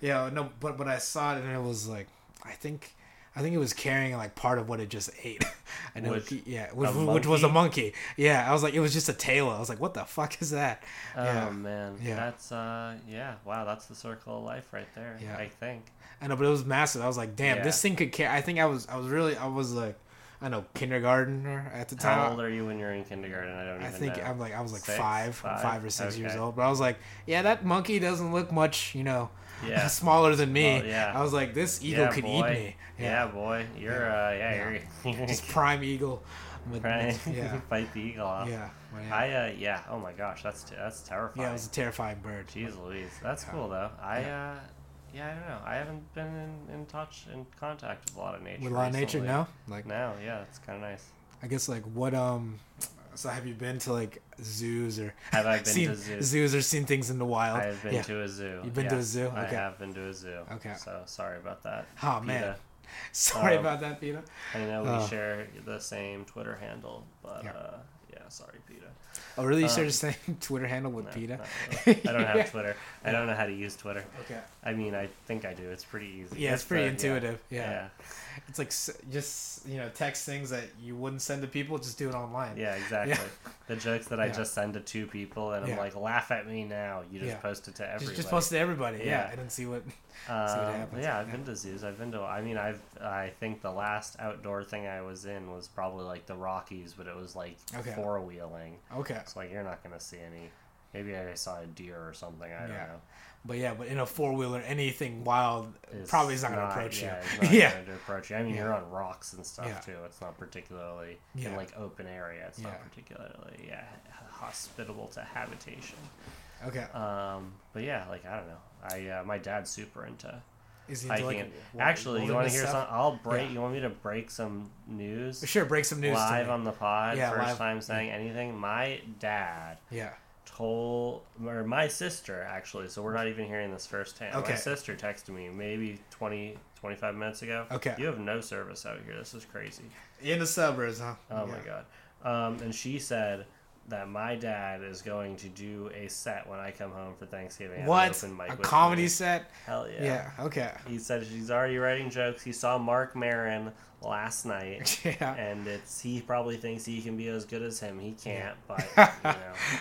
yeah, no, but but I saw it and it was like, I think. I think it was carrying like part of what it just ate, and Which- it, yeah, which, a which was a monkey? monkey. Yeah, I was like, it was just a tail. I was like, what the fuck is that? Oh yeah. man, Yeah. that's uh, yeah, wow, that's the circle of life right there. Yeah. I think. I know, but it was massive. I was like, damn, Yeah. this thing could carry. I think I was, I was really, I was like, I don't know, kindergartner at the How time. old are you when you're in kindergarten? I don't even I think know. I'm like, I was like Six? five, five Five? or six years Okay. old. But I was like, yeah, that monkey doesn't look much, you know, Yeah. smaller than me. Well, yeah. I was like, this eagle yeah, could boy. eat me. Yeah, boy, you're uh, yeah, you're, you're This prime eagle. With, trying with- yeah, fight the eagle off. yeah, but yeah. I uh, yeah, oh my gosh, that's t- that's terrifying. yeah, it was a terrifying bird. Jeez Louise, that's cool though. I uh, yeah, I don't know. I haven't been in, in touch and contact with a lot of nature. With a lot of nature recently. now, like Now, yeah, it's kind of nice. I guess like what um, so have you been to like zoos or Have I been seen to zoos? zoos or seen things in the wild? I have been yeah. to a zoo. You've been to a zoo? I Okay. have been to a zoo. Okay. So sorry about that. Oh, man. Sorry Um, about that, Peter. PETA. I know we Oh. share the same Twitter handle, but Yeah. uh, yeah, sorry, PETA. Oh, really? You um, shared the same Twitter handle with No, Peter? not really. I don't Yeah. have Twitter. I don't know how to use Twitter. Okay. I mean, I think I do. It's pretty easy. Yeah, it's pretty the- intuitive. Yeah. Yeah. It's like s- just, you know, text things that you wouldn't send to people, just do it online. Yeah, exactly. The jokes that I Yeah. just send to two people and Yeah. I'm like, laugh at me now. You just Yeah. post it to everybody. Just, just post it to everybody. Yeah. Yeah. I didn't see what. Um, happens. Yeah, I've Yeah. been to zoos. I've been to. I mean, I've. I think the last outdoor thing I was in was probably like the Rockies, but it was like Okay. four wheeling. Okay. It's like you're not gonna see any. Maybe I saw a deer or something. I don't Yeah. know. But yeah, but in a four wheeler, anything wild It's probably is not going not- to approach yeah, you. It's not yeah. going to approach you. I mean, Yeah. you're on rocks and stuff Yeah. too. It's not particularly Yeah. in like open area. It's Yeah. not particularly yeah hospitable to habitation. Okay. Um, but yeah, like I don't know. I uh, my dad's super into Is he into, hiking. like, and- wa- Actually, you want wilderness to hear stuff? something? I'll break. Yeah. You want me to break some news Sure, break some news. live to me. on the pod? Yeah, first live. time saying anything. My dad Yeah. told, or my sister actually. So we're not even hearing this firsthand. Okay. My sister texted me maybe 20, 25 minutes ago. Okay. You have no service out here. This is crazy. In the suburbs, huh? Oh yeah. my god. Um, and she said that my dad is going to do a set when I come home for Thanksgiving. at an What? open mic A with comedy me. set? Hell yeah. Yeah. Okay. He said he's already writing jokes. He saw Mark Marin last night, Yeah. and it's he probably thinks he can be as good as him. He can't, but you know,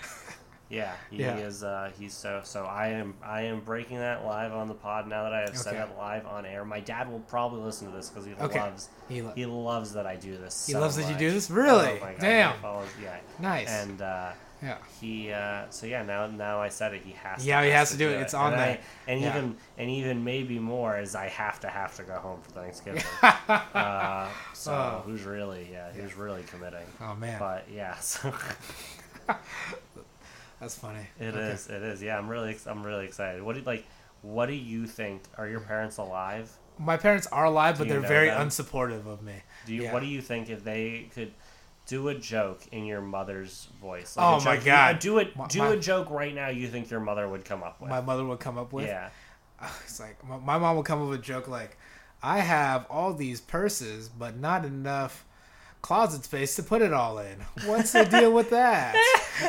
yeah, he Yeah. is. Uh, he's so so. I am I am breaking that live on the pod now that I have said Okay. that live on air. My dad will probably listen to this because he Okay. loves He lo- he loves that I do this. He so loves that you much. do this? Really? Oh my God, he Damn. follows- yeah. Nice. And uh, yeah. he uh, so yeah now now I said it he has Yeah, to, he has to do it. It's on and I- there. and Yeah. even and even maybe more is I have to have to go home for Thanksgiving uh, so Oh. who's really yeah who's really committing Oh man, but yeah so that's funny. it is Okay. it is yeah I'm really ex- I'm really excited what do you like what do you think are your parents alive My parents are alive, but Do you they're know very them? unsupportive of me. do you Yeah. what do you think if they could do a joke in your mother's voice Oh a my joke- God. do it My- do my- a joke right now you think your mother would come up with My mother would come up with. yeah It's like my, my mom would come up with a joke like, "I have all these purses, but not enough." Closet space to put it all in. What's the deal with that?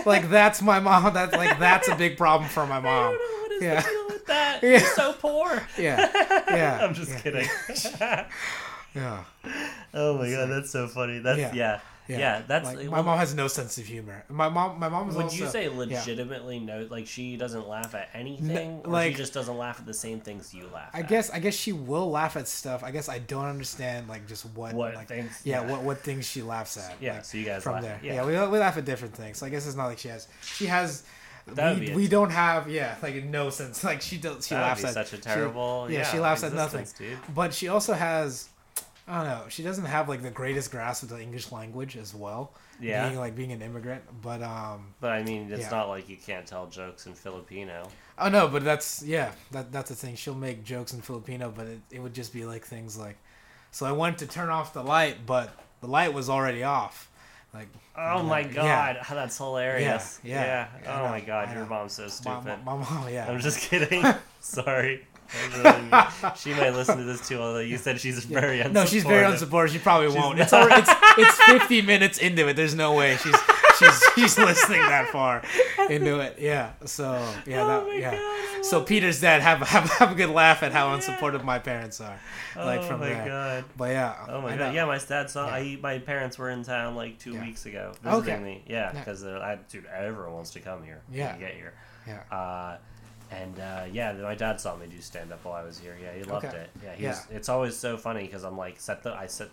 like that's my mom. That's like that's a big problem for my I mom. don't know what is Um, Yeah. the deal with that. Yeah. You're so poor. Yeah, yeah. I'm just yeah, kidding. Yeah, oh my god, that's so funny. That's Yeah. yeah, yeah, yeah. that's like, my well, mom has no sense of humor. My mom, my mom is Would also, you say yeah. legitimately no? Like she doesn't laugh at anything, or like- she just doesn't laugh at the same things you laugh. I at? guess I guess she will laugh at stuff. I guess I don't understand like just what What like, things- Yeah, yeah. what what things she laughs at. Yeah, like, so you guys from laugh. there. Yeah, Yeah. we, we laugh at different things. So I guess it's not like she has. She has. That would we, be a- we don't have yeah like no sense like she does she That would laughs be at such a she- terrible, yeah, yeah, she laughs at nothing existence, dude. but she also has I don't know she doesn't have like the greatest grasp of the English language as well Yeah. being like being an immigrant but um But I mean, it's Yeah. not like you can't tell jokes in Filipino. Oh no, but that's yeah, that that's the thing. She'll make jokes in Filipino, but it, it would just be like things like, so I wanted to turn off the light, but The light was already off. Like Oh my Yeah. god, oh, that's hilarious. Yeah, yeah. I Yeah. Oh know, my god, I your know. mom's so stupid. my, my, my mom, yeah. I'm just kidding. Sorry. That was really mean. she might listen to this too, although you said she's very unsupportive. no, she's very unsupportive. She probably She's won't. It's, already, it's it's 50 minutes into it. There's no way she's she's she's listening that far into it. Yeah. So yeah, Oh that, my yeah. God, I so love Peter's dad have have have a good laugh at how unsupportive my parents are. Like oh from my that. god. But yeah. Oh I my know. god. Yeah, my dad saw Yeah. I my parents were in town like 2 Yeah. weeks ago Okay. visiting me. Yeah, Yeah. cuz I dude, everyone wants to come here. when Yeah. you Get here. Yeah. Uh, and uh, yeah, my dad saw me do stand up while I was here. Yeah, he loved Okay. it. Yeah, he's, it's always so funny because I'm like set the I set.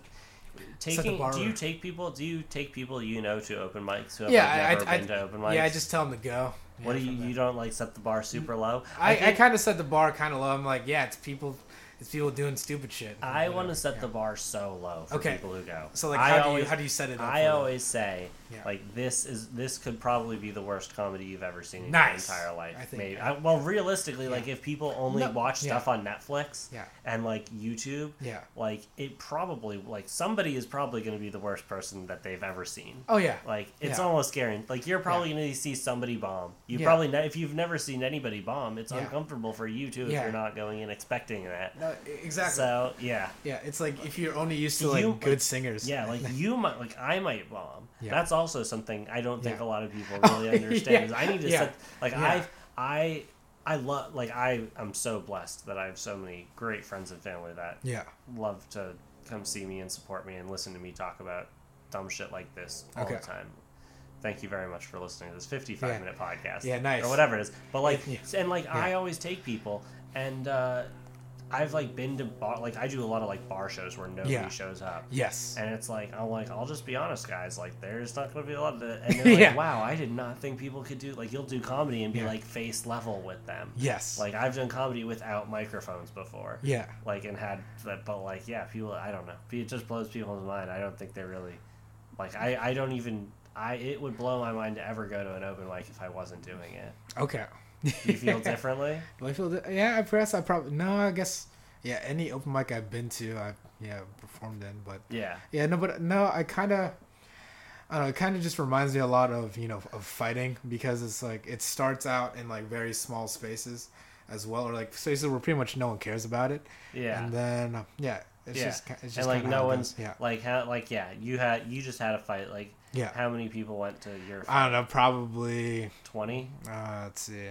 Taking, bar do you low. take people? Do you take people you know to open mics who have Yeah, I- like, never I- been I- to open mics? Yeah, I just tell them to go. What Yeah, do from you? that. You don't like set the bar super low. I, I, think kind of set the bar kind of low. I'm like, yeah, it's people, it's people doing stupid shit. I, Whatever. want to set Yeah. the bar so low for Okay. people who go. So like, I how do always- you how do you set it up? for I them? always say, Yeah. like this is this could probably be the worst comedy you've ever seen in Nice. your entire life. I think- Maybe. I, well, realistically, like if people only No, watch yeah. stuff on Netflix Yeah. and like YouTube, Yeah. like it probably like somebody is probably going to be the worst person that they've ever seen. Oh yeah. Like it's Yeah. almost scary. Like you're probably going to see somebody bomb. You Yeah. probably ne- if you've never seen anybody bomb, it's Yeah. uncomfortable for you too if Yeah. you're not going in expecting that. No, e- exactly. So yeah, yeah, it's like if you're only used to like You- good singers. Yeah, like you might, like I might bomb. Yeah. That's also something I don't think Yeah. a lot of people really Yeah. understand. Is I need to Yeah. set, like Yeah. I, I, I love, like I am so blessed that I have so many great friends and family that Yeah. love to come see me and support me and listen to me talk about dumb shit like this all Okay. the time. Thank you very much for listening to this 55 Yeah. minute podcast. Yeah, nice. Or whatever it is. But like, Yeah. and like, I always take people and, uh, I've like been to bar, like I do a lot of like bar shows where nobody Yeah. shows up. Yes. And it's like I'm like I'll just be honest, guys. Like there's not gonna be a lot of it. And they're like, Yeah. wow, I did not think people could do like you'll do comedy and be Yeah. like face level with them. yes. Like I've done comedy without microphones before. yeah. Like and had that, but like yeah, people. I don't know. It just blows people's mind. I don't think they really like. I I don't even. I it would blow my mind to ever go to an open mic if I wasn't doing it. Okay. Do you feel differently? Do I feel? di- Yeah, I guess I probably no. I guess yeah. Any open mic I've been to, I yeah performed in, but Yeah. Yeah, no, but no, I kind of, I don't know. It kind of just reminds me a lot of you know of fighting because it's like it starts out in like very small spaces, as well, or like spaces where pretty much no one cares about it. Yeah. And then uh, yeah, it's yeah. just ki- it's just and like kinda how no it one's goes. yeah like how like yeah you had you just had a fight like yeah. how many people went to your I don't know, probably 20 uh, let's see.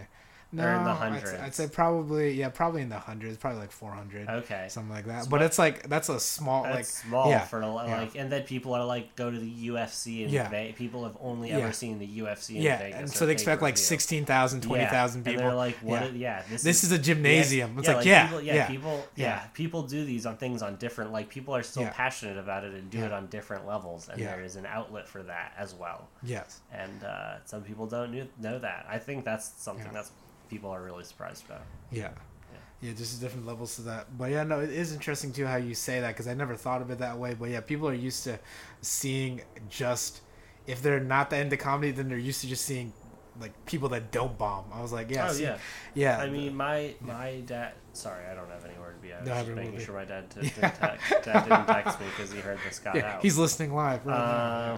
No, They're in the I'd- hundreds. I'd, say probably yeah, probably in the hundreds, probably like four hundred, okay something like that. But it's like that's a small that's like small yeah, for a lot yeah. like and then people are like go to the ufc and Yeah. Ve- people have only Yeah. ever seen the ufc in yeah, Vegas and or so they expect like pay-per-view. 16,000, Yeah, 20,000 and people. they're like what Yeah. yeah, yeah this, this is is a gymnasium. yeah, It's like, yeah, people, yeah, yeah, people, yeah, yeah. people do these on things on different. Like people are still Yeah. passionate about it and do Yeah. it on different levels, and Yeah. there is an outlet for that as well. yes, And uh, some people don't knew- know that. I think that's something Yeah. that's people are really surprised about. yeah, yeah. Just different levels to that. But yeah, no, it is interesting too how you say that because I never thought of it that way. But yeah, people are used to seeing just if they're not that into comedy, then they're used to just seeing like people that don't bomb. I was like, yeah, oh see- yeah. uh, yeah. I mean, my my dad. Sorry, I don't have anywhere to be. I was No, just everyone making will be. sure my dad, t- didn't, text, dad didn't text me because he heard this got yeah, out. he's listening live. Uh,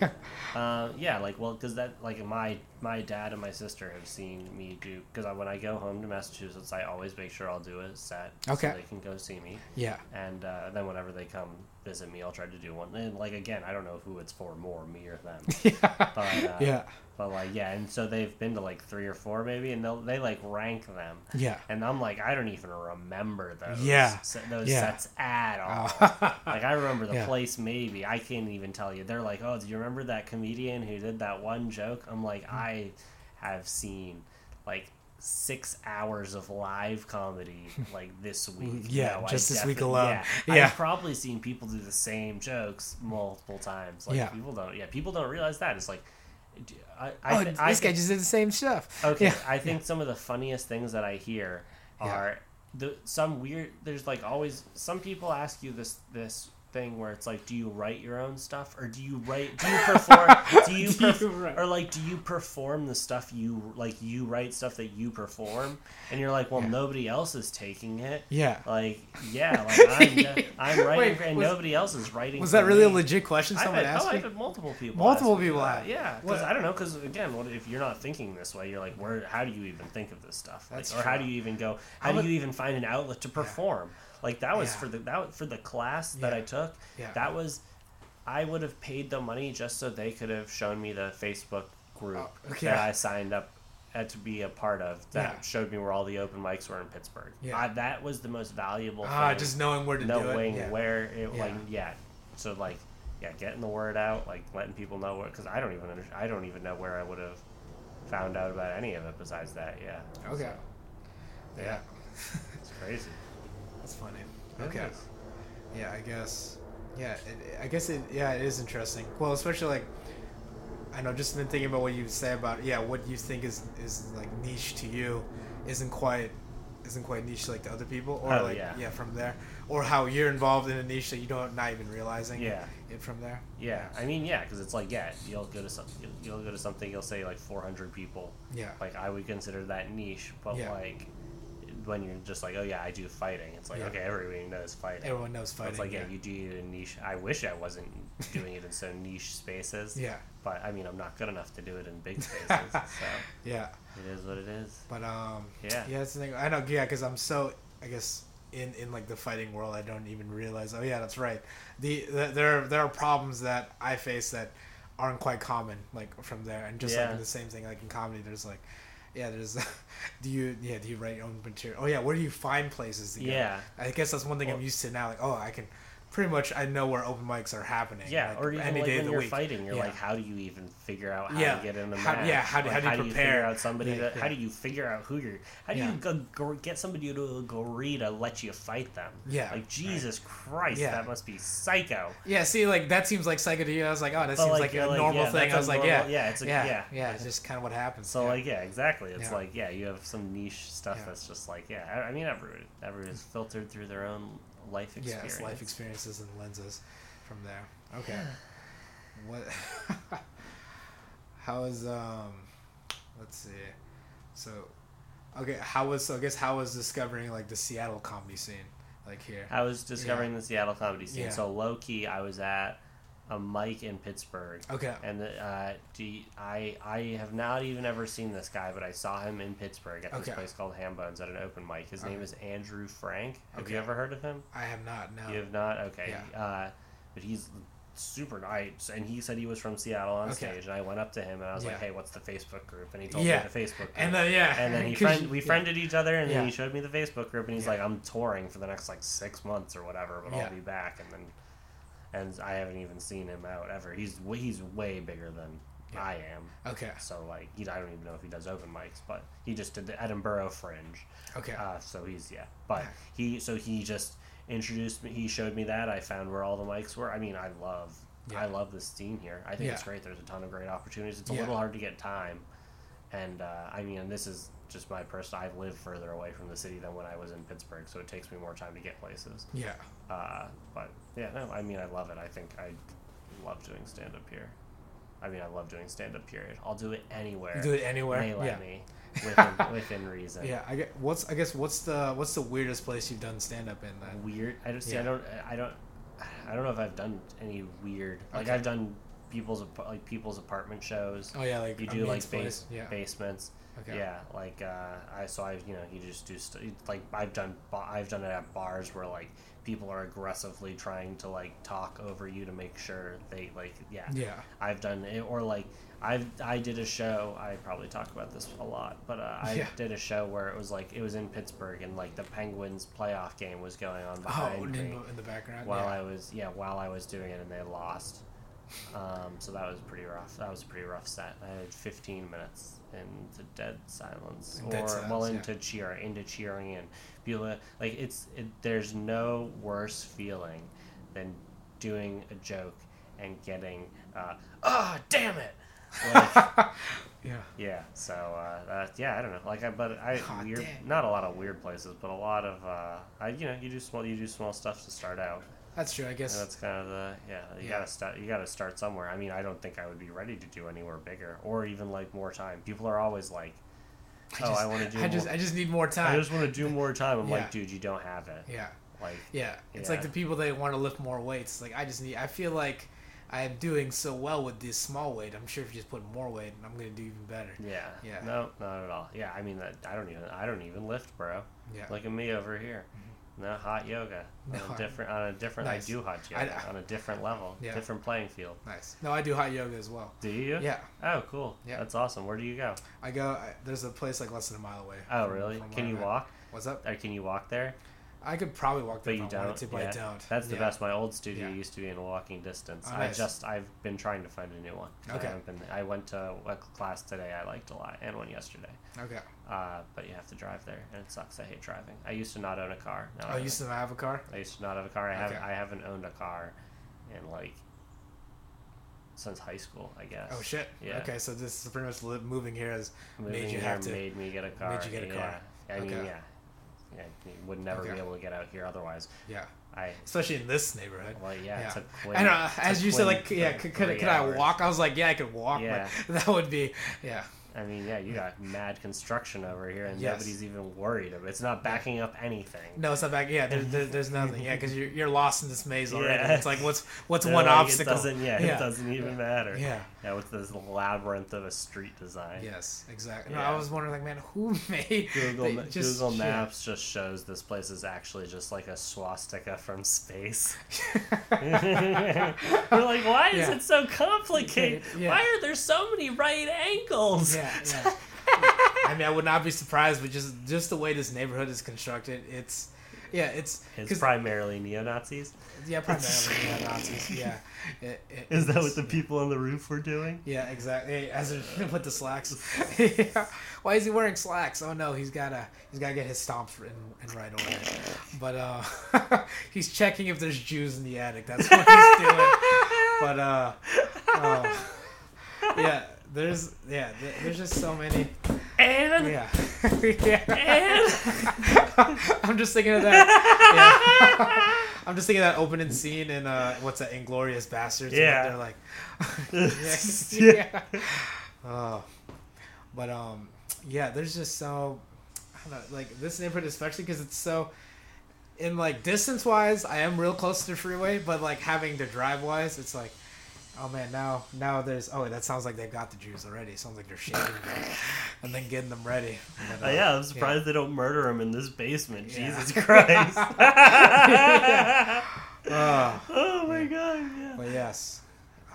yeah, uh, yeah, like well, because that like my my dad and my sister have seen me do because I, when I go home to Massachusetts, I always make sure I'll do a set Okay. so they can go see me, yeah, and uh, then whenever they come visit me, I'll try to do one. And like again, I don't know who it's for more, me or them. yeah, But, uh, yeah, But like yeah, and so they've been to like three or four maybe, and they'll they like rank them. yeah. And I'm like, I don't even remember those. Yeah. se- those Yeah. sets at all. Uh, Like I remember the Yeah. place maybe. I can't even tell you. They're like, oh, do you remember that comedian who did that one joke? I'm like, Hmm. I have seen like six hours of live comedy like this week. Yeah, No, I just this week defi- alone. Yeah, Yeah. I've probably seen people do the same jokes multiple times. Like Yeah. people don't. Yeah, people don't realize that. It's like, d- I, I, oh, thi- this I guy just did the same stuff. Okay, Yeah. I think some of the funniest things that I hear Yeah. are the some weird. There's like always some people ask you this this thing where it's like, do you write your own stuff or do you write? Do you perform? do you, Do you perf- write? or like do you perform the stuff you like? You write stuff that you perform, and you're like, well, Yeah. nobody else is taking it. Yeah. Like yeah, like I'm, de- I'm writing Wait, and was- nobody else is writing. Was for that really a me. legit question I've someone had, asked oh, me? I've had multiple people. Multiple ask me people that. have. Yeah, because What- I don't know. Because again, what if you're not thinking this way? You're like, where? How do you even think of this stuff? Like, That's or how true. do you even go? How would- do you even find an outlet to perform? Like that was Yeah. for the that was for the class that Yeah. I took. Yeah. That was, I would have paid the money just so they could have shown me the Facebook group Oh, that yeah. I signed up. uh, To be a part of that Yeah. showed me where all the open mics were in Pittsburgh. Yeah. I, that was the most valuable. Ah, thing just knowing where to do it. knowing Yeah. where it Yeah. like yeah so like yeah getting the word out like letting people know what because i don't even under, i don't even know where i would have found out about any of it besides that yeah Okay. So, Yeah. it's crazy That's funny. It Okay. is. Yeah, I guess. Yeah, it, I guess it. Yeah, it is interesting. Well, especially like, I know. Just been thinking about what you say about yeah, what you think is is like niche to you, isn't quite, isn't quite niche like to other people, or Oh, like yeah. from there, or how you're involved in a niche that you don't not even realizing Yeah. it from there. yeah i mean yeah because it's like yeah you'll go to something you'll, you'll go to something you'll say like 400 people Yeah. like i would consider that niche but Yeah. like when you're just like oh yeah i do fighting it's like Yeah. okay everybody knows fighting Everyone knows But fighting. it's like yeah, yeah. you do it in niche i wish i wasn't doing it in so niche spaces yeah. but I mean, I'm not good enough to do it in big spaces, so Yeah. it is what it is. But um, Yeah. yeah, that's the thing. I know, yeah, because I'm so, I guess, in in like the fighting world, I don't even realize. Oh yeah, that's right. The, the there are, there are problems that I face that aren't quite common, like from there, and just Yeah. like the same thing, like in comedy, there's like. Yeah, there's. Do you yeah? Do you write your own material? Oh yeah, where do you find places to go? Yeah. I guess that's one thing Well- I'm used to now. Like, oh, I can, pretty much, I know where open mics are happening. Yeah, like, or even like when you're fighting, you're Yeah. like, how do you even figure out how Yeah. to get in a How- match? yeah, how do- Like, how do you figure prepare? out somebody? Yeah, that, How yeah. do you figure out who you're? How do Yeah. you go, go- get somebody to agree to let you fight them? Yeah, like Jesus Christ, Yeah. that must be psycho. Yeah, see, like that seems like psycho to you. I was like, oh, that But, seems like, like, you're a like, normal yeah, thing. that's I a was like, normal- yeah, yeah, it's a- yeah, yeah. it's just kind of what happens. So yeah. like, yeah, exactly. It's Yeah. like yeah, you have some niche stuff Yeah. that's just like yeah. I, I mean, everyone everyone's filtered through their own life yeah, experience. it's life experiences and lenses from there. Okay, what? how is um? Let's see. So, okay, how was so? I guess how was discovering like the Seattle comedy scene like here? I was discovering the Seattle comedy scene. Yeah. So low key, I was at a mic in Pittsburgh, Okay, and uh, do you- I I have not even ever seen this guy, but I saw him in Pittsburgh at this Okay. place called Hambones at an open mic. His name Okay. is Andrew Frank. Have you Okay. ever heard of him? I have not. No. You have not. Okay. Um, Yeah. Uh, but he's super nice, and he said he was from Seattle on Okay. stage, and I went up to him and I was like, Yeah. "Hey, what's the Facebook group?" And he told Yeah. me the Facebook group. And then yeah, And then he 'cause friend, you- we yeah. friended each other, and then Yeah. he showed me the Facebook group, and he's Yeah. like, "I'm touring for the next like six months or whatever, but Yeah. I'll be back." And then, and I haven't even seen him out ever. He's w- he's way bigger than Yeah. I am, Okay. so like he, I don't even know if he does open mics, but he just did the Edinburgh Fringe, Okay. uh, so he's yeah. But he so he just introduced me. He showed me that I found where all the mics were. I mean, I love Yeah. I love this scene here. I think it's Yeah. great. There's a ton of great opportunities. It's a Yeah. little hard to get time, and uh, I mean, this is just my personal. I live further away from the city than when I was in Pittsburgh, so it takes me more time to get places. yeah. Uh, but yeah, no, I mean, I love it. I think I love doing stand up here. I mean, I love doing stand up. Period. I'll do it anywhere. Do it anywhere. They let yeah. me within, within reason. Yeah, I get what's I guess what's the what's the weirdest place you've done stand up in then? weird. I don't see. I Yeah. don't. I don't. I don't know if I've done any weird. Like Okay. I've done people's apa- like people's apartment shows. Oh yeah, like you a do means like place. base, yeah. basements. Okay. Yeah, like uh, I so I you know you just do st- like I've done ba- I've done it at bars where like people are aggressively trying to like talk over you to make sure they like yeah Yeah. I've done it, or like I've I did a show. I probably talk about this a lot, but uh, I Yeah. did a show where it was like it was in Pittsburgh, and like the Penguins playoff game was going on Oh, behind in me the, in the background. while Uh, yeah. I was yeah while I was doing it, and they lost. Um, so that was pretty rough. That was a pretty rough set. I had 15 minutes into dead silence, In or dead well silence, yeah. into cheer, into cheering, and people like it's it, there's no worse feeling than doing a joke and getting uh, ah damn it. Like, yeah. yeah. So uh, uh, yeah, I don't know. Like, I, but I Aw, weird, damn. not a lot of weird places, but a lot of uh, I, you know, you do small, you do small stuff to start out. That's true. I And guess that's kind of the yeah. You Yeah. gotta start. You gotta start somewhere. I mean, I don't think I would be ready to do anywhere bigger or even like more time. People are always like, "Oh, I, just- want to do. I just more, I just need more I time. just want to do more time." I'm Yeah. like, dude, you don't have it. yeah, Like, yeah. It's like Yeah. the people that want to lift more weights. Like I just need. I feel like I am doing so well with this small weight. I'm sure if you just put more weight, I'm gonna do even better. yeah, Yeah. no, not at all. Yeah, I mean, that, I don't even. I don't even lift, bro. Yeah. Mm-hmm. Look at me over here. No hot yoga. No. On a different. On a different. Nice. I do hot I- yoga I- on a different level. Yeah. Different playing field. nice. No, I do hot yoga as well. Do you? Yeah. Oh, cool. Yeah. That's awesome. Where do you go? I go. I, there's a place like less than a mile away. Oh, from- really? from where Can you I'm at. walk? What's up? Or can you walk there? I could probably walk there But if you I wanted don't. to, but yeah. I don't. That's the Yeah. best. My old studio Yeah. used to be in walking distance. Oh, I nice. just I've been trying to find a new one. 'cause Okay. I, haven't been- I went to a class today I liked a lot and one yesterday. Okay. Uh, but you have to drive there and it sucks. I hate driving. I used to not own a car. Now Oh, I you used to not have a car? I used to not have a car. I have Okay. I haven't owned a car in like since high school, I guess. Oh shit. Yeah. Okay, so this is pretty much li- moving here is Moving made you here have to. made me get a car. you get a yeah. car. I mean, Okay. yeah. Yeah, you would never Okay. be able to get out here otherwise. Yeah, I especially in this neighborhood. well, yeah, Yeah. it's a quick. I don't know. it's a As you said, quick like, yeah, th- could, could, three could I hours. walk? I was like, yeah, I could walk, Yeah. but that would be, yeah, I mean, yeah, you got mad construction over here, and Yes. nobody's even worried of it. It's not backing up anything. no, it's not back. Yeah, there, there, there's nothing. Yeah, because you're, you're lost in this maze already. Yeah. It's like, what's what's They're one like, obstacle? It doesn't, yeah, yeah. it doesn't even matter. Yeah. yeah, with this labyrinth of a street design. Yes, exactly. No, Yeah. I was wondering, like, man, who made Google, they Ma- just- Google yeah. Maps just shows this place is actually just like a swastika from space. We're like, why is Yeah. it so complicated? Yeah. Why are there so many right angles? Yeah, yeah. I mean, I would not be surprised, but just just the way this neighborhood is constructed, it's yeah, it's It's 'cause- primarily neo Nazis. yeah, primarily yeah, Nazis. Yeah, It- it- Is that what it's- the people on the roof were doing? Yeah, exactly. As in, with the slacks. yeah. Why is he wearing slacks? Oh no, he's gotta he's gotta get his stomps in, in right order. But uh, he's checking if there's Jews in the attic. That's what he's doing. But uh, uh, yeah, there's yeah, there- there's just so many. And Yeah, yeah. and I'm just thinking of that. Yeah. I'm just thinking of that opening scene in uh, what's that, Inglorious Bastards? when Yeah. they're like, yeah. yeah. Oh, but um, yeah. There's just so, I don't know, like this neighborhood, especially because it's so. In like distance wise, I am real close to the freeway, but like having to drive wise, it's like, oh man, now now there's oh wait, that sounds like they've got the Jews already. Sounds like they're shaving them and then getting them ready. But, Uh, uh, yeah, I'm surprised they don't murder him in this basement. Yeah. Jesus Christ! uh, oh my god! Yeah. but yes,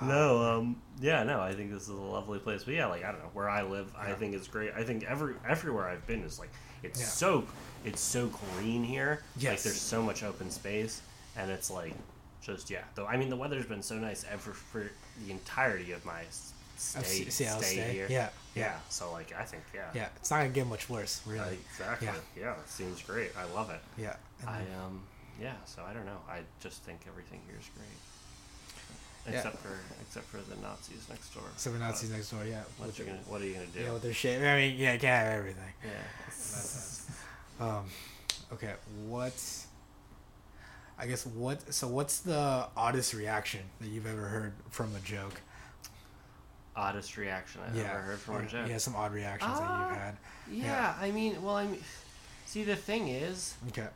Uh, No, um, yeah, no. I think this is a lovely place, but yeah, like I don't know where I live. I think it's great. I think every everywhere I've been is like it's Yeah. so it's so green here. like Yes. there's so much open space, and it's like just yeah. Though I mean, the weather's been so nice ever for the entirety of my s- I've stay, se- Seattle stay State. here. Yeah, yeah. So like I think yeah, yeah. It's not gonna get much worse, really. Like, exactly. Yeah. Yeah. it seems great. I love it. yeah. And- I um yeah, so I don't know. I just think everything here is great. Yeah. Except for except for the Nazis next door. so we're But not seeing next door. Yeah. what with you their- gonna what are you gonna do? Yeah, with their shaving. I mean, yeah, you can't have everything. yeah. Um, okay, what? I guess what? So, what's the oddest reaction that you've ever heard from a joke? Oddest reaction I've yeah, ever heard from or- a joke. Yeah, some odd reactions that Ah. you've had. Yeah, Yeah. I mean well I mean see the thing is Okay,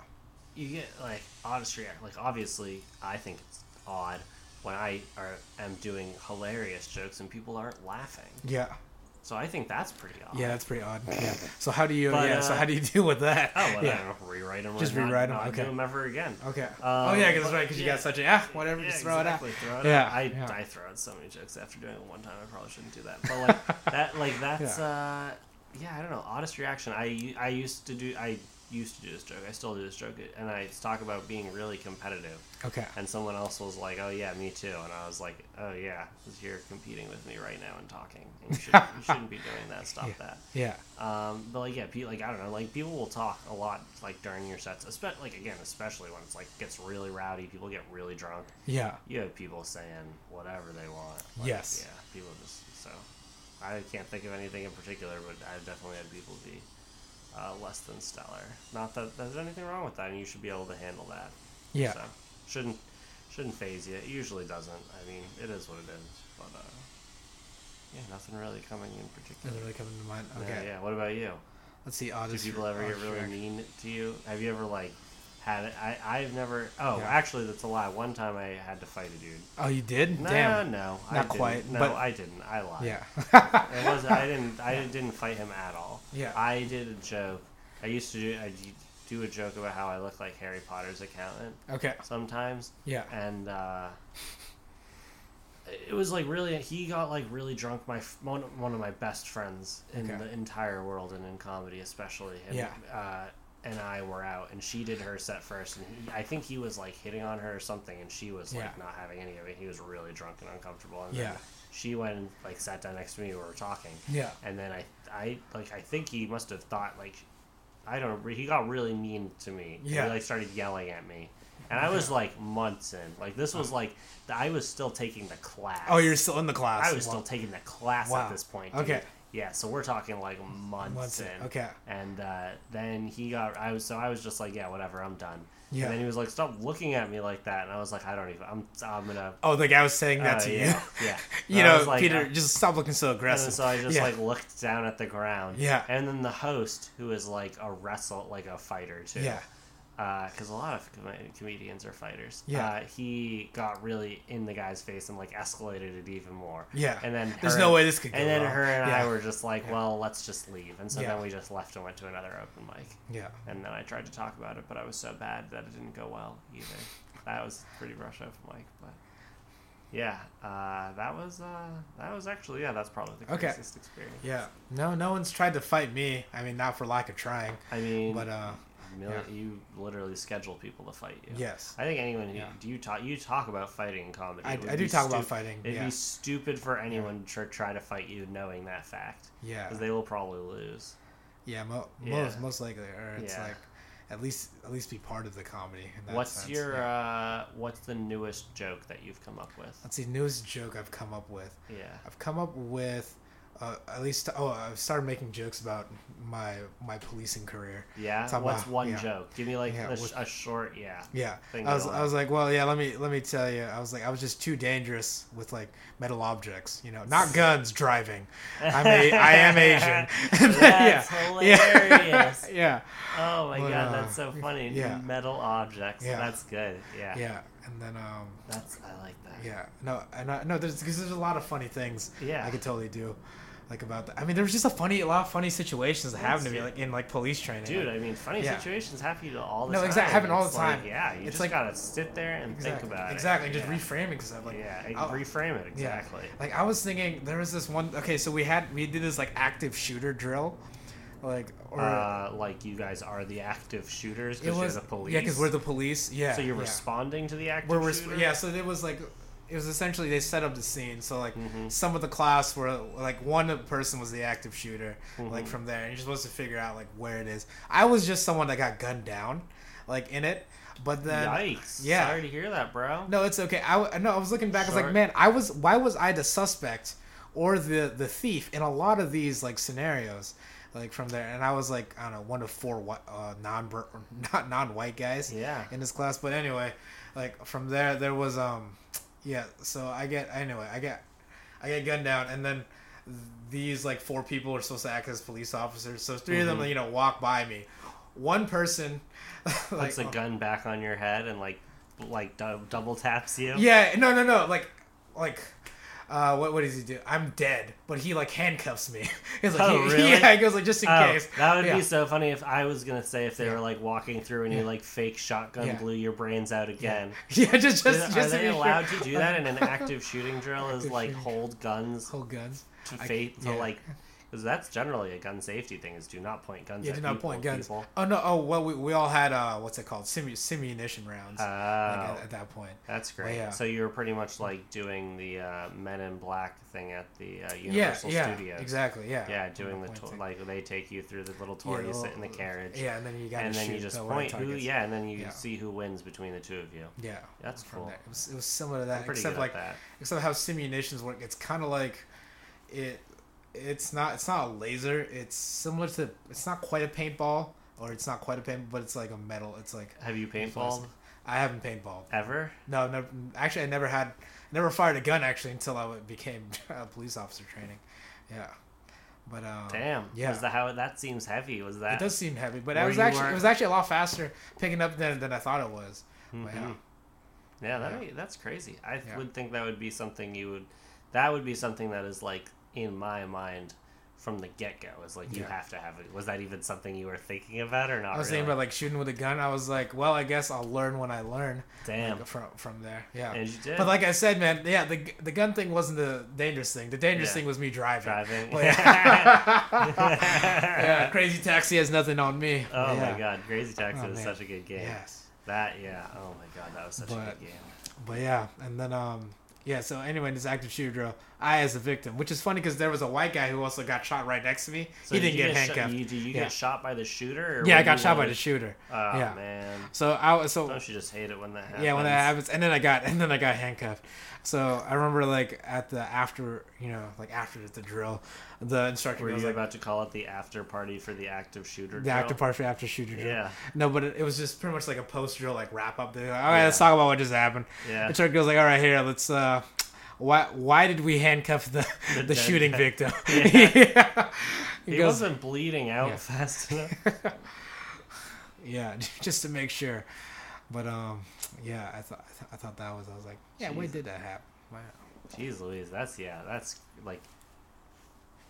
you get like oddest react like obviously I think it's odd when I are am doing hilarious jokes and people aren't laughing. yeah, So I think that's pretty odd. yeah, that's pretty odd. Yeah. So how do you? But, yeah. so uh, how do you deal with that? Oh, well, I yeah. don't know, rewrite them. Just or not- rewrite 'em, Not okay. do 'em ever again. Okay. oh yeah, because but- right, because you yeah. got such a yeah, whatever, Yeah, just throw exactly, it out. Throw it Yeah, out. I, yeah. I throw out so many jokes after doing it one time. I probably shouldn't do that. But like that, like that's Yeah. uh, yeah. I don't know. Honest reaction. I I used to do. I used to do this joke. I still do this joke, and I talk about being really competitive. Okay. And someone else was like, "Oh yeah, me too." And I was like, "Oh yeah, 'cause you're competing with me right now and talking. And you, shouldn't, you shouldn't be doing that. Stop Yeah. that." Yeah. Um, but like yeah, pe- like I don't know, like people will talk a lot like during your sets, especially like again, especially when it's like gets really rowdy, people get really drunk. Yeah. You have people saying whatever they want. Like, Yes. Yeah, people just so. I can't think of anything in particular, but I definitely had people be uh, less than stellar. Not that there's anything wrong with that, and you should be able to handle that. Yeah. So, shouldn't Shouldn't phase you. It usually doesn't. I mean, it is what it is. But uh, yeah, nothing really coming in particular. Doesn't really come to mind. Yeah, Okay. Yeah, What about you? Let's see. Do Odyssey. people ever get Odyssey. really mean to you? Have you ever like had it? I I've never. Oh, Yeah. actually, that's a lie. One time I had to fight a dude. Oh, you did? No, Damn. no, I Not didn't. quite, No, but- I didn't. I lied. Yeah. It was I didn't I didn't fight him at all. Yeah. I did a joke. I used to do I do a joke about how I look like Harry Potter's accountant okay. sometimes, Yeah. and uh, it was like really he got like really drunk. My f- one one of my best friends in Okay. the entire world and in comedy especially. And, Yeah. Uh, and I were out, and she did her set first, and he, I think he was like hitting on her or something, and she was like Yeah. not having any of it. He was really drunk and uncomfortable, and Yeah. then she went and like sat down next to me. We were talking, Yeah. and then I, I like, I think he must have thought like, I don't know, he got really mean to me. And Yeah. he like started yelling at me, and I was like months in. Like this was like, I was still taking the class. Oh, you're still in the class. I was still Wow. taking the class Wow. at this point. dude. Okay. Yeah, so we're talking like months, Months in, in. okay. And uh, then he got. I was so I was just like, yeah, whatever, I'm done. Yeah. And then he was like, stop looking at me like that, and I was like, I don't even. I'm. I'm gonna. Oh, the guy was saying that uh, to you. yeah, yeah. you And I know, was like, Peter, uh, just stop looking so and aggressive. then so I just yeah. like looked down at the ground. Yeah. And then the host, who is like a wrestle, like a fighter too. Yeah. Because a lot of com- comedians are fighters. Yeah. Uh, he got really in the guy's face and like escalated it even more. Yeah. And then There's her- no way this could go And then wrong. her and I Yeah. were just like, Yeah. well, let's just leave. And so Yeah. then we just left and went to another open mic. Yeah. And then I tried to talk about it, but I was so bad that it didn't go well either. That was a pretty rough open mic, but yeah, uh, that was uh, that was actually yeah, that's probably the Okay. craziest experience. Yeah. No, no one's tried to fight me. I mean, not for lack of trying. I mean, But, uh, mil- yeah. you literally schedule people to fight you. Yes. I think anyone who Yeah. do you talk you talk about fighting in comedy. I- It would I do be talk about fighting, It'd yeah. be stupid for anyone to try to fight you knowing that fact Yeah. because they will probably lose. Yeah, mo- Yeah. most most likely, or it's Yeah. like at least at least be part of the comedy. In that What's sense. your Yeah. Uh, uh, what's the newest joke that you've come up with? Let's see, newest joke I've come up with. Yeah. I've come up with, uh, at least oh, I've started making jokes about my my policing career. Yeah. Talk What's about- one yeah. joke? Give me like Yeah, a, sh- what- a short. Yeah. Yeah, Thing I was going I on. was like, well, yeah, let me let me tell you, I was like, I was just too dangerous with like metal objects, you know, not guns, driving. I'm a I am Asian. That's hilarious. Yeah. yeah. Oh my But, uh, god, that's so funny. yeah. Metal objects. Yeah. That's good. Yeah. Yeah, and then um That's I like that. yeah no and I, no there's because there's a lot of funny things Yeah. I could totally do like about that. I mean there was just a funny a lot of funny situations that happen to me Yes, like in like police training. Dude, like, I mean, funny Yeah. situations happen to you all the No, time. exact- happen all It's the like, time. yeah, you It's just like- gotta sit there and exactly, think about it. exactly yeah. just reframing because I'm like Yeah, and I'll- reframe it yeah. exactly. Like I was thinking there was this one okay so we had we did this like active shooter drill like or uh, like you guys are the active shooters it because you're was the police. yeah because we're the police yeah so you're yeah. responding to the active We're resp- shooter. yeah so it was like it was essentially they set up the scene so like Mm-hmm. some of the class were like one person was the active shooter Mm-hmm. like from there and you're supposed to figure out like where it is i was just someone that got gunned down like in it but then Yikes! yeah. Sorry to hear that, bro. no it's okay i w- no i was looking back i was like Sorry. man i was why was i the suspect or the the thief in a lot of these like scenarios like from there and i was like i don't know one of four whi- uh, non not non-white guys Yeah. in this class. But anyway, like from there, there was um, yeah. So I get anyway, I get, I get gunned down, and then these like four people are supposed to act as police officers. So 3 of Mm-hmm. them, you know, walk by me. One person, like oh. puts a gun back on your head and like like dou- double taps you. yeah, no, no, no, like, like. Uh, what what does he do? I'm dead, but he like handcuffs me. He's like, Oh, he- really? yeah, he goes like just in Oh, case. that would Yeah. be so funny if I was gonna say if they Yeah. were like walking through and you like fake shotgun Yeah. blew your brains out again. yeah, just just Is- just Are to they be sure. allowed to do that in an active shooting drill? Is Active like shooting. hold guns Hold guns. to I- fate to yeah. like because that's generally a gun safety thing is do not point guns. Yeah, at do not people, point guns. People. Oh no! Oh well, we, we all had uh, what's it called? Simu- simunition rounds. Oh, like, at, at that point. that's great. yeah. So you were pretty much like doing the uh, Men in Black thing at the uh, Universal yeah, yeah, Studios. exactly. Yeah, Yeah, doing the Point to- thing. like they take you through the little Yeah, tour, you sit in the well, carriage, Yeah, and then you got and to then shoot you just the point targets. who, yeah, and then you Yeah. see who wins between the two of you. yeah. That's from cool. there. It was, it was similar to that, pretty except good like at that. except how simunitions work. It's kind of like it. It's not. It's not a laser. It's similar to. It's not quite a paintball, or it's not quite a paintball, but it's like a metal. It's like Have you paintballed? I haven't paintballed. Ever? No, never, actually, I never had, never fired a gun actually until I became a police officer training. Yeah, but um, Damn. yeah, Was the how that seems heavy? Was it that? does seem heavy, but Where it was you actually weren't- it was actually a lot faster picking up than than I thought it was. But yeah, Mhm. Yeah, that Yeah. would that's crazy. I Yeah. would think that would be something you would. That would be something that is like in my mind from the get go. Is like you Yeah. have to have it. Was that even something you were thinking about or not? I was really? thinking about like shooting with a gun. I was like, well, I guess I'll learn when I learn. Damn. like, from from there. Yeah. and you did. But like I said, man, yeah, the the gun thing wasn't the dangerous thing. The dangerous Yeah. thing was me driving. driving. But- yeah, Crazy Taxi has nothing on me. Oh Yeah. my god, Crazy Taxi Oh, was man. such a good game. Yes. That yeah. Oh my god, that was such a But- good game. But yeah, and then um, yeah. So anyway, in this active shooter drill, I as a victim, which is funny because there was a white guy who also got shot right next to me. So he didn't you get, shot- handcuffed. you, did you Yeah. get shot by the shooter? Or yeah, I were got you shot one by of the shooter. Oh Yeah. man, So I was so don't you just hate it when that happens? yeah when that happens, and then I got and then I got handcuffed. So I remember like at the after you know like after the drill, the instructor Were you was like about to call it the after party for the active shooter? the drill? active part for after shooter drill. Yeah, No, but it, it was just pretty much like a post drill like wrap up. They're like, all right, Yeah. let's talk about what just happened. yeah. The truck goes like, all right, here, let's. uh why, why did we handcuff the, the, dead shooting guy. victim? Yeah. Yeah. He He goes, wasn't bleeding out Yeah. fast enough. yeah, just to make sure. But um, yeah, I thought I, th- I thought that was. I was like, yeah, why Jeez. did that happen? Wow. Jeez Louise, that's yeah, that's like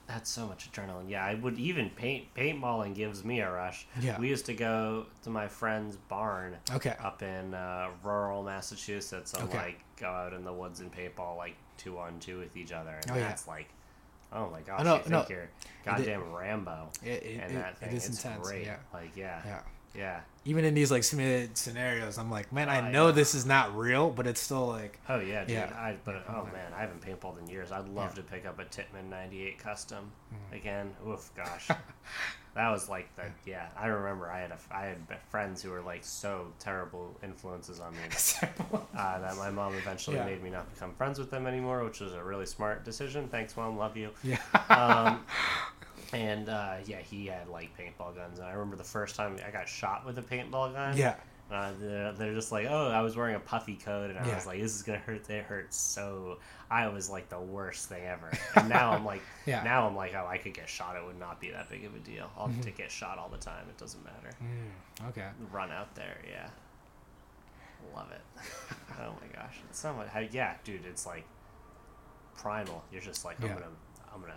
that's so much adrenaline. Yeah, I would even paint paintballing gives me a rush. Yeah. We used to go to my friend's barn Okay. up in uh, rural Massachusetts and Okay. like go out in the woods and paintball like two on two with each other, and Oh, yeah. that's like, oh my gosh, no, you think no. you're goddamn Rambo It, it, and it- that thing. it is it's intense. great. Yeah. Like yeah, yeah, Yeah. Even in these like simulated scenarios, I'm like, man, I Oh, know yeah. this is not real, but it's still like, Oh yeah, dude. Yeah. I but Yeah, oh okay. man, I haven't paintballed in years. I'd love to pick up a Titman '98 Custom Mm. again. Oof, gosh, that was like the yeah. I remember I had a I had friends who were like so terrible influences on me uh, that my mom eventually Yeah. made me not become friends with them anymore, which was a really smart decision. Thanks, mom. Love you. yeah, Um, and uh, yeah, he had like paintball guns, and I remember the first time I got shot with a paintball gun. yeah, Uh, they're, they're just like, oh, I was wearing a puffy coat, and I Yeah. was like, this is gonna hurt. They hurt so. I was like the worst thing ever, and now I'm like, Yeah. Mm-hmm. now I'm like, oh, I could get shot. It would not be that big of a deal. I'll to get shot all the time. It doesn't matter. okay. Run out there, yeah. Love it. oh my gosh, it's so much. how- Yeah, dude, it's like primal. You're just like, I'm Yeah. gonna, I'm gonna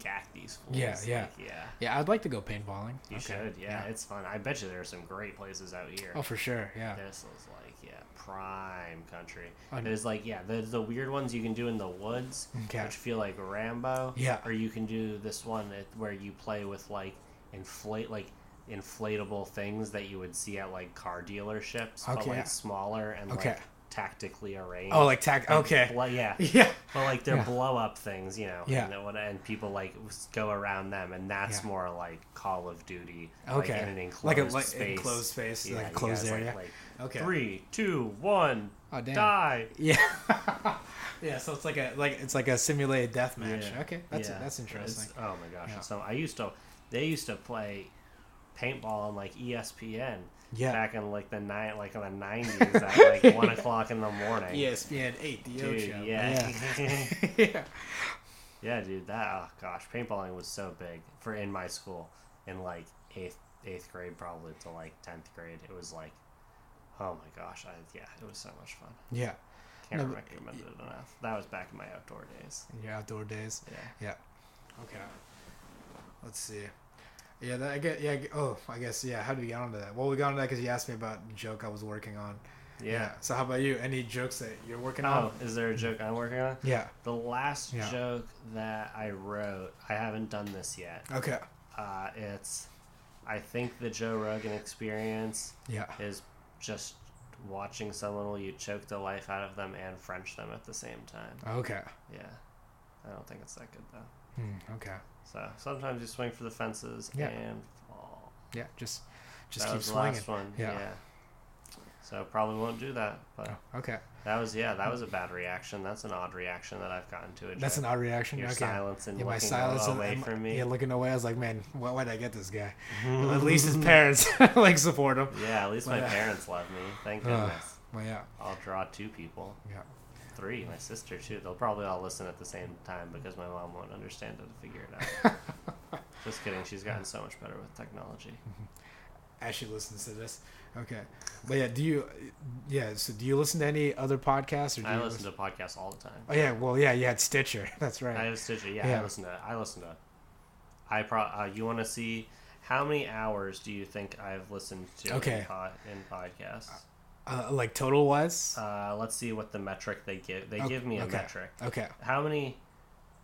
gack these fools. Yeah, yeah. Like, yeah. Yeah, I'd like to go paintballing. You Okay. should, yeah, It's fun. I bet you there are some great places out here. Oh, for sure. Yeah. This is like yeah, prime country. Oh, no. There's like yeah, there's the weird ones you can do in the woods, Okay. which feel like Rambo. Yeah. Or you can do this one that- where you play with like inflate like inflatable things that you would see at like car dealerships, but Okay. like smaller and Okay. like tactically arranged. Oh, like tac. Okay. Blo- yeah. Yeah. But like they're Yeah. blow up things, you know. Yeah. And, they wanna- and people like s- go around them, and that's Yeah. more like Call of Duty. Okay. Like in an Like enclosed a- like space. enclosed space, like a you closed guys, area. Like, Okay. Three, two, one, Oh damn. die. Yeah. yeah. So it's like a like it's like a simulated death match. Yeah. Okay. That's Yeah. that's interesting. It's- oh my gosh. Yeah. So I used to, they used to play paintball on like E ESPN. Yeah. Back in like the night, like in the nineties, at like one o'clock in the morning. ESPN eight the Dude, show. yeah. Yeah. yeah. Yeah, dude, that oh gosh, paintballing was so big for in my school in like eighth eighth grade probably to like tenth grade. It was like, oh my gosh, I yeah, it was so much fun. Yeah. Can't No, but- recommend it enough. That was back in my outdoor days. In your outdoor days. Yeah. Okay. Let's see. Yeah, that, I get. Yeah. I get- Oh, I guess. Yeah. How do we get onto that? Well, we got onto that because you asked me about the joke I was working on. Yeah. So how about you? Any jokes that you're working Oh, on? is there a joke I'm working on? Yeah. The last Yeah. joke that I wrote, I haven't done this yet. Okay. Uh, it's, I think the Joe Rogan experience Yeah. is just watching someone while you choke the life out of them and French them at the same time. Okay. Yeah, I don't think it's that good though. Hmm, okay. So sometimes you swing for the fences Yeah. and fall. Yeah. Just, just that keep was the swinging. last one. Yeah. Yeah. So probably won't do that. But Oh, Okay. that was yeah, that was a bad reaction. That's an odd reaction that I've gotten to. Enjoy. That's an odd reaction. Your okay. silence and yeah, my looking silence and- away and- from me. Yeah, looking away. I was like, man, why would I get this guy? Well, At least his parents like support him. Yeah, at least my Yeah. parents love me. Thank Ugh. goodness. Well, yeah, I'll draw two people, yeah. three, my sister too. They'll probably all listen at the same time because my mom won't understand it to figure it out. Just kidding. She's gotten so much better with technology. As she listens to this, okay. But yeah, do you? Yeah. So do you listen to any other podcasts or do I you listen to podcasts all the time. Oh yeah. Well, yeah. You had Stitcher. That's right. I have Stitcher. Yeah, Yeah. I listen to. I listen to. I pro. Uh, you want to see how many hours do you think I've listened to Okay. in, pod, in podcasts? uh, like total wise. Uh, let's see what the metric they give. They Oh, give me a okay. metric. okay. How many?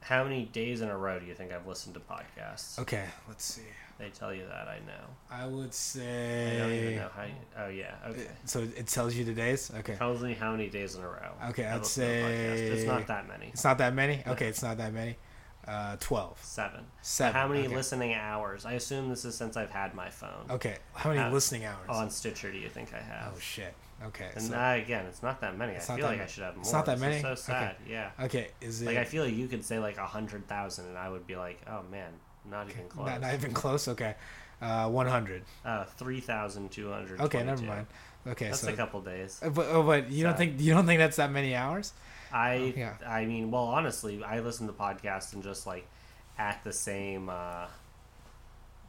How many days in a row do you think I've listened to podcasts? Okay. Let's see. They tell you that. I know. I would I don't even say. know how. You, oh yeah. Okay. So it tells you today's. Okay. Tells me how many days in a row. Okay, I've I'd listened to a podcast. it's say- not that many. It's not that many. Okay. It's not that many. Uh, twelve. Seven. Seven. How many okay. listening hours? I assume this is since I've had my phone. Okay. How many Uh, listening hours? On Stitcher, do you think I have? Oh shit. Okay. And so- that, again, it's not that many. I It's not feel that like I many. should have more. It's not that This many? is so sad. Yeah. okay. Is it Like I feel like you could say like a hundred thousand, and I would be like, oh man, not even close. not, not even close? Okay. Uh, one hundred. Uh, three thousand two hundred. Okay. Never mind. Okay. That's so. a couple days. Uh, But, oh, but you don't So- think you don't think that's that many hours? I yeah. I mean, well, honestly, I listen to podcasts and just like at the same, uh,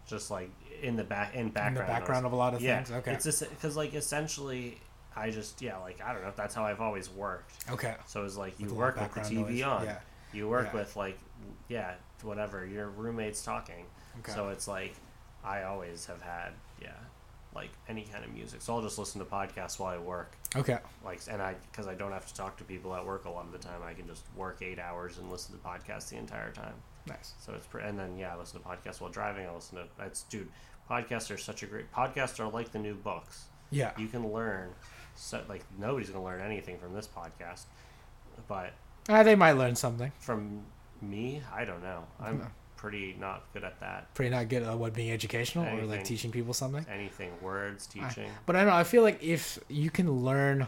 just like in the back in In background the background of a lot of yeah, things. Okay. It's because like essentially, I just yeah, like I don't know. That's how I've always worked. okay. So it's like you With a lot work of with the TV background noise. on. Yeah. You work Yeah. with like yeah, whatever, your roommates talking. Okay. So it's like I always have had, yeah, like any kind of music. So I'll just listen to podcasts while I work. Okay. Like and I cuz I don't have to talk to people at work a lot of the time. I can just work 8 hours and listen to podcasts the entire time. Nice. So it's pre- and then yeah, I listen to podcasts while driving. I listen to it's dude, podcasts are such a great podcasts are like the new books Yeah. you can learn so like nobody's gonna learn anything from this podcast but Uh, they might learn something. from me i don't know i'm No. pretty not good at that Pretty not good at what being educational or like Anything. teaching people something. anything words teaching But I don't know. I feel like if you can learn,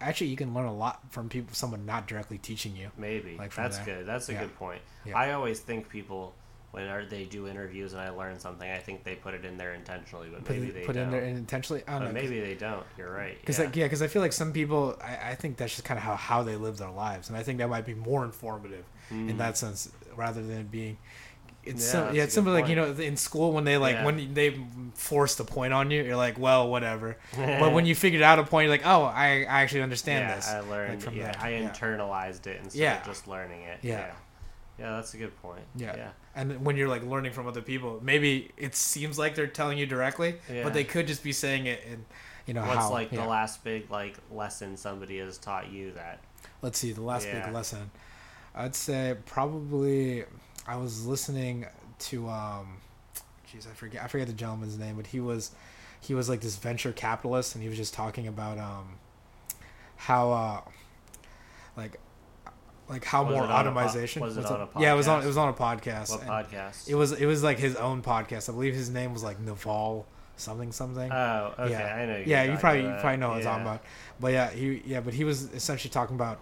actually, you can learn a lot from people. Someone not directly teaching you. maybe Like from that's there. good that's a Yeah. good point Yeah. i always think people when are, they do interviews and i learn something i think they put it in there intentionally but Put maybe it, they put it in don't there intentionally. I don't but know. maybe they don't you're right Because yeah. like yeah, because I feel like some people, I, I think that's just kind of how, how they live their lives, and I think that might be more informative in that sense rather than it being. It's Mm. Yeah, sim- that's yeah, it's a good simply like you know in school when they like Yeah. when they force the point on you, you're like, well, whatever. but when you figured out a point, you're like, oh, I, I actually understand yeah, this. I like, learned. from yeah, there. I internalized it instead Yeah. of just learning it. Yeah. yeah, Yeah, that's a good point. Yeah. yeah. And when you're like learning from other people, maybe it seems like they're telling you directly, Yeah. but they could just be saying it in, you know, What's how. like yeah. the last big like lesson somebody has taught you that? Let's see, the last Yeah. big lesson. I'd say probably I was listening to, um, jeez, I forget, I forget the gentleman's name, but he was, he was like this venture capitalist and he was just talking about, um, how, uh, like, like how Was more it on a po- automation was it what's on up? a yeah it was on podcast? it was on a podcast What and- podcast? It was it was like his own podcast. I believe his name was like Naval something something. oh, okay, yeah. I know. you're yeah, you talking probably you about. probably know what I'm yeah. talking about. But yeah, he yeah, but he was essentially talking about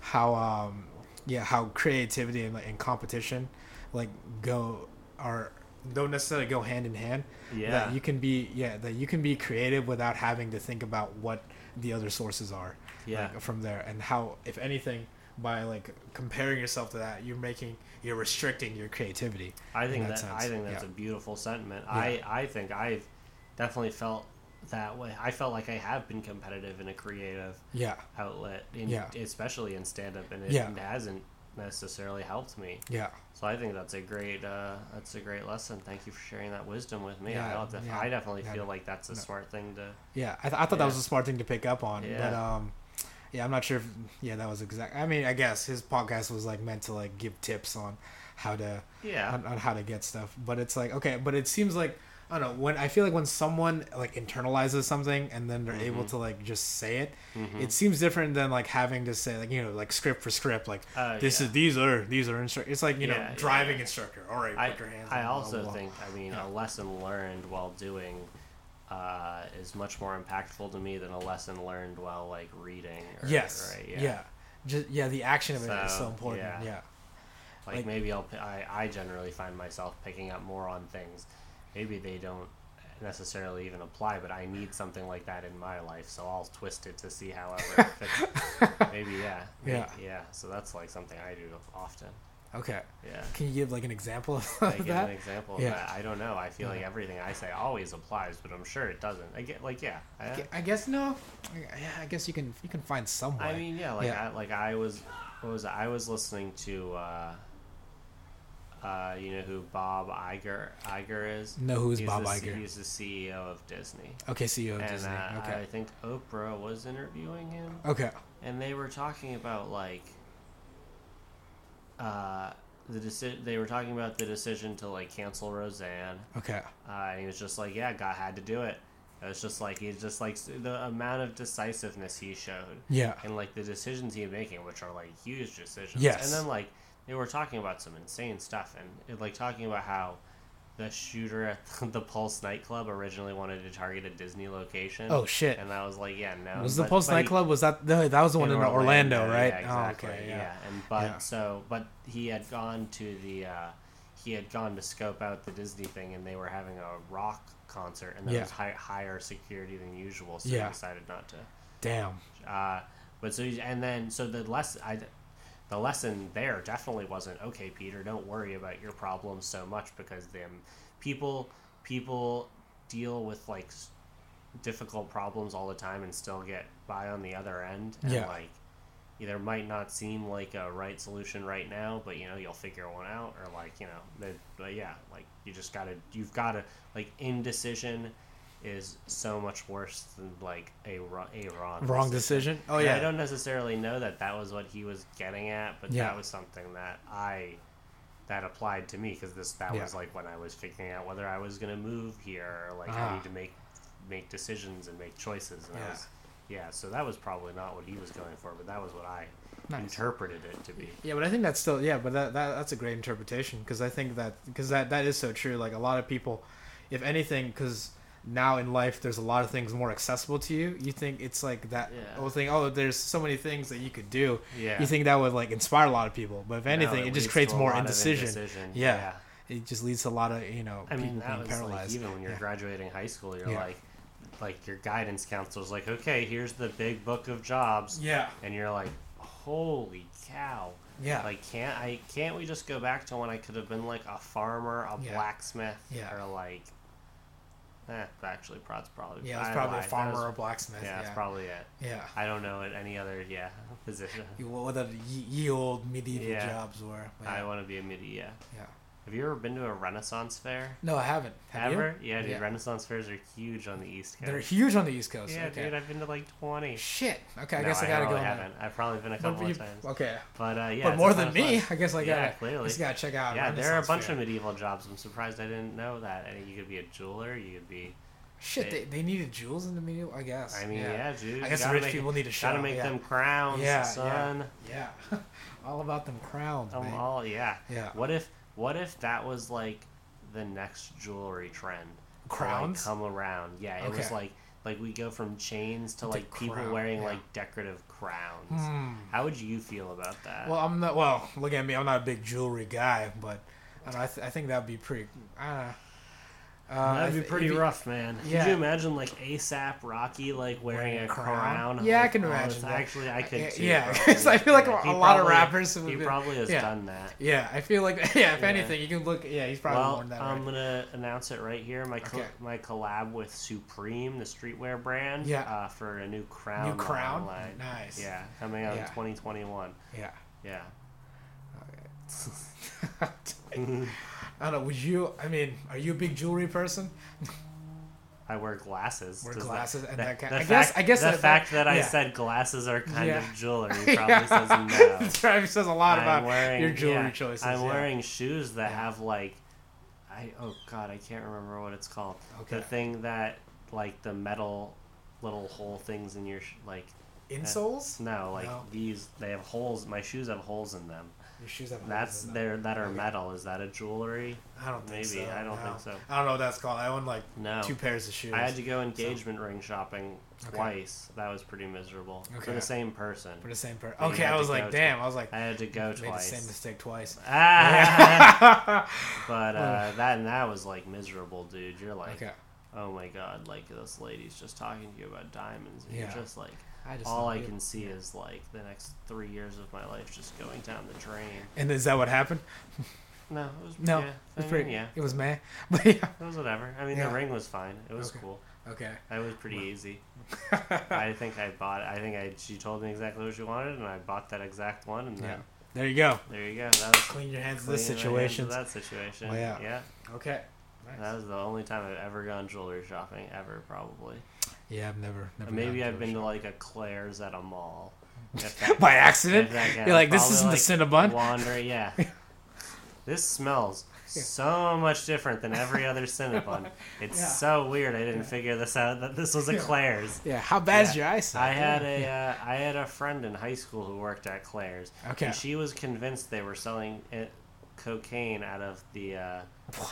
how um yeah how creativity and, like, and competition like go are don't necessarily go hand in hand. Yeah. That you can be yeah that you can be creative without having to think about what the other sources are. Yeah. like, from there and how if anything by like comparing yourself to that you're making you're restricting your creativity I in think that that, I sense, think that's yeah. a beautiful sentiment. I I think I've definitely felt that way. I felt like I have been competitive in a creative yeah outlet, in, Yeah. especially in stand up, and it Yeah. hasn't necessarily helped me. yeah So I think that's a great uh, that's a great lesson. Thank you for sharing that wisdom with me. I, Yeah, don't def- yeah. I definitely Yeah, feel no, like that's a no. smart thing to. Yeah, I, th- I thought that was Yeah. a smart thing to pick up on, but Yeah. um, yeah, I'm not sure. if Yeah, that was exact. I mean, I guess his podcast was like meant to like give tips on how to Yeah, on, on how to get stuff, but it's like okay, but it seems like I don't know when I feel like when someone like internalizes something and then they're Mm-hmm. able to like just say it, it seems different than like having to say like you know like script for script like Oh, this yeah. is these are these are instruct. It's like you know Yeah, yeah, driving instructor. All right, I, put your hands. I on, blah, also blah, blah. think I mean Yeah. a lesson learned while doing uh, is much more impactful to me than a lesson learned while like reading. Or, yes. Right. yeah. Just yeah, the action of it is so So, important. yeah. yeah. Like, Like- maybe I'll, I, I generally find myself picking up more on things. Maybe they don't necessarily even apply, but I need something like that in my life, so I'll twist it to see however it fits. maybe yeah. May- Yeah. Yeah. So that's like something I do often. Okay. Yeah. Can you give like an example of I give that? an example of Yeah. that. I don't know. I feel like Yeah. everything I say always applies, but I'm sure it doesn't. I get like yeah. I, I guess no. Yeah, I guess you can you can find some way. I mean, yeah, like Yeah. I like I was what was it? I was listening to uh uh you know who Bob Iger Iger is? know who's He's Bob the, Iger? He's the CEO of Disney. Okay, CEO of and Disney. Uh, I okay. think Oprah was interviewing him okay. and they were talking about like uh the deci- they were talking about the decision to like cancel Roseanne Okay. uh, and he was just like, "Yeah, God had to do it." It was just like he's just like the amount of decisiveness he showed, Yeah. and like the decisions he was making, which are like huge decisions. Yes. And then like they were talking about some insane stuff, and it, like talking about how the shooter at the Pulse nightclub originally wanted to target a Disney location. Oh shit. And I was like, "Yeah, no." was the but- Pulse but he- nightclub? Was that no? That was the one in, Orlando, right? Oh, Yeah, exactly. yeah. and but Yeah. so but he had gone to the uh, he had gone to scope out the Disney thing, and they were having a rock concert, and there Yeah. was high, higher security than usual, so Yeah. he decided not to. Damn. Uh, but so he's, and then so the less I. The lesson there definitely wasn't okay, Peter. Don't worry about your problems so much because them people people deal with like s- difficult problems all the time and still get by on the other end and Yeah. like either might not seem like a right solution right now but you know you'll figure one out or like you know they- but yeah like you just gotta you've gotta like indecision is so much worse than like a, ro- a wrong Wrong decision. Oh And yeah. i don't necessarily know that that was what he was getting at but Yeah. that was something that i that applied to me because this that Yeah. was like when I was figuring out whether I was gonna move here or like Ah. I need to make make decisions and make choices. And I Yeah. was, yeah, so that was probably not what he was going for, but that was what I Nice. interpreted it to be. Yeah, but I think that's still yeah, but that, that that's a great interpretation because I think that because that that is so true. Like a lot of people, if anything, because now in life there's a lot of things more accessible to you. You think it's like that Yeah. whole thing. Oh, there's so many things that you could do. Yeah. You think that would like inspire a lot of people, but if anything, No, it, leads just to creates a more lot of indecision. Yeah. Yeah. It just leads to a lot of you know I mean, people that being was paralyzed. like even when you're yeah. graduating high school, you're Yeah. like, like your guidance counselor's like, okay, here's the big book of jobs, yeah, and you're like, holy cow, yeah, Like can't I can't we just go back to when I could have been like a farmer, a Yeah. blacksmith, Yeah. or like eh, actually that's probably yeah. It's I probably a lied. That farmer was- or a blacksmith. yeah, Yeah, that's probably it. yeah. I don't know at any other yeah position. You, what the ye, ye old medieval Yeah. jobs were. but I yeah, want to be a midi. Yeah. yeah. Have you ever been to a Renaissance fair? No, I haven't. Have you? ever? Yeah, dude. Yeah. Renaissance fairs are huge on the East Coast. They're huge on the East Coast. yeah, okay. dude. I've been to like twenty. Shit. Okay, I No, guess I gotta really go. now. Haven't. I've probably been a But couple you- of times. Okay, But uh, yeah. but it's a more ton than of fun. me, I guess I Yeah, gotta. clearly. Just gotta check out. Yeah, there are a Renaissance bunch Fair. of medieval jobs. I'm surprised I didn't know that. And you could be a jeweler. You could be. Shit, they, they needed jewels in the media. I guess. I mean, yeah, dude. I you guess the gotta rich make- people need a show. Gotta make yeah. them crowns, Yeah, yeah. son. Yeah, all about them crowns, I'm man. all yeah. Yeah. What if what if that was like the next jewelry trend? to, like, Crowns? come around. Yeah, it was Okay. like like we go from chains to like people crown, wearing yeah. like decorative crowns. Hmm. How would you feel about that? Well, I'm not. Well, look at me. I'm not a big jewelry guy, but I, don't know, I, th- I think that'd be pretty. I don't know. Uh, I That'd be th- pretty it'd rough, man. Yeah. Could you imagine like ASAP Rocky like wearing a crown? Yeah, I Like, can oh, imagine it's- that. Actually, I could Yeah, too. yeah, probably. 'cause I feel like a he lot of probably- rappers would He be- probably has yeah. done that. Yeah, I feel like yeah. If Yeah. anything, you can look. Yeah, he's probably well, worn that. right? I'm gonna announce it right here. My col- Okay. my collab with Supreme, the streetwear brand, Yeah. uh, for a new crown. New crown? line. Nice. Yeah, coming out Yeah. in 2021. Yeah. Yeah. I don't know. Would you? I mean, are you a big jewelry person? I wear glasses. Wear Does glasses and that kind- the I guess- fact- I guess the that- fact that I yeah. said glasses are kind Yeah. of jewelry probably says no. It probably says a lot I'm about wearing- your jewelry yeah, choices. I'm yeah. wearing shoes that Yeah. have like, I oh god, I can't remember what it's called. Okay. The thing that like the metal little hole things in your sh- like insoles. no like No. these they have holes. My shoes have holes in them. Your shoes have holes That's in them. there. That are Okay. metal. Is that a jewelry? I don't think Maybe so. I no. don't think so. I don't know what that's called. I own like No. two pairs of shoes. I had to go engagement ring shopping Okay. twice. That was pretty miserable for Okay. the same person. for the same pair. you Okay, had I to was go like, to- damn. I was like, I had to go made the same twice. mistake twice. Ah, but uh, that and that was like miserable, dude. You're like, okay. oh my god, like this lady's just talking to you about diamonds, and Yeah. you're just like, I just all don't I get it. can see is like the next three years of my life just going down the drain. And is that what happened? No, it was No, yeah, it I was mean, pretty. Mm, yeah, It was meh. But yeah. it was whatever. I mean, Yeah. the ring was fine. It was Okay. cool. Okay. That was pretty easy. I think I bought. I think I. She told me exactly what she wanted, and I bought that exact one. And Yeah. then There you go. there you go. That was Clean your hands of this clean right into situation. That situation. Well, yeah. yeah. Okay. That was the only time I've ever gone jewelry shopping ever, probably. Yeah, I've never, never. Maybe gone I've to a been shop. to like a Claire's at a mall. If that- by if accident. that kind You're of- like, this probably, isn't like, the Cinnabon. Wander, yeah. this smells so much different than every other Cinnabon. It's Yeah. so weird. I didn't figure this out that this was a Yeah. Claire's. Yeah. How bad's Yeah. your eyesight? I had Yeah. a uh, I had a friend in high school who worked at Claire's. Okay. And she was convinced they were selling it, cocaine out of the uh,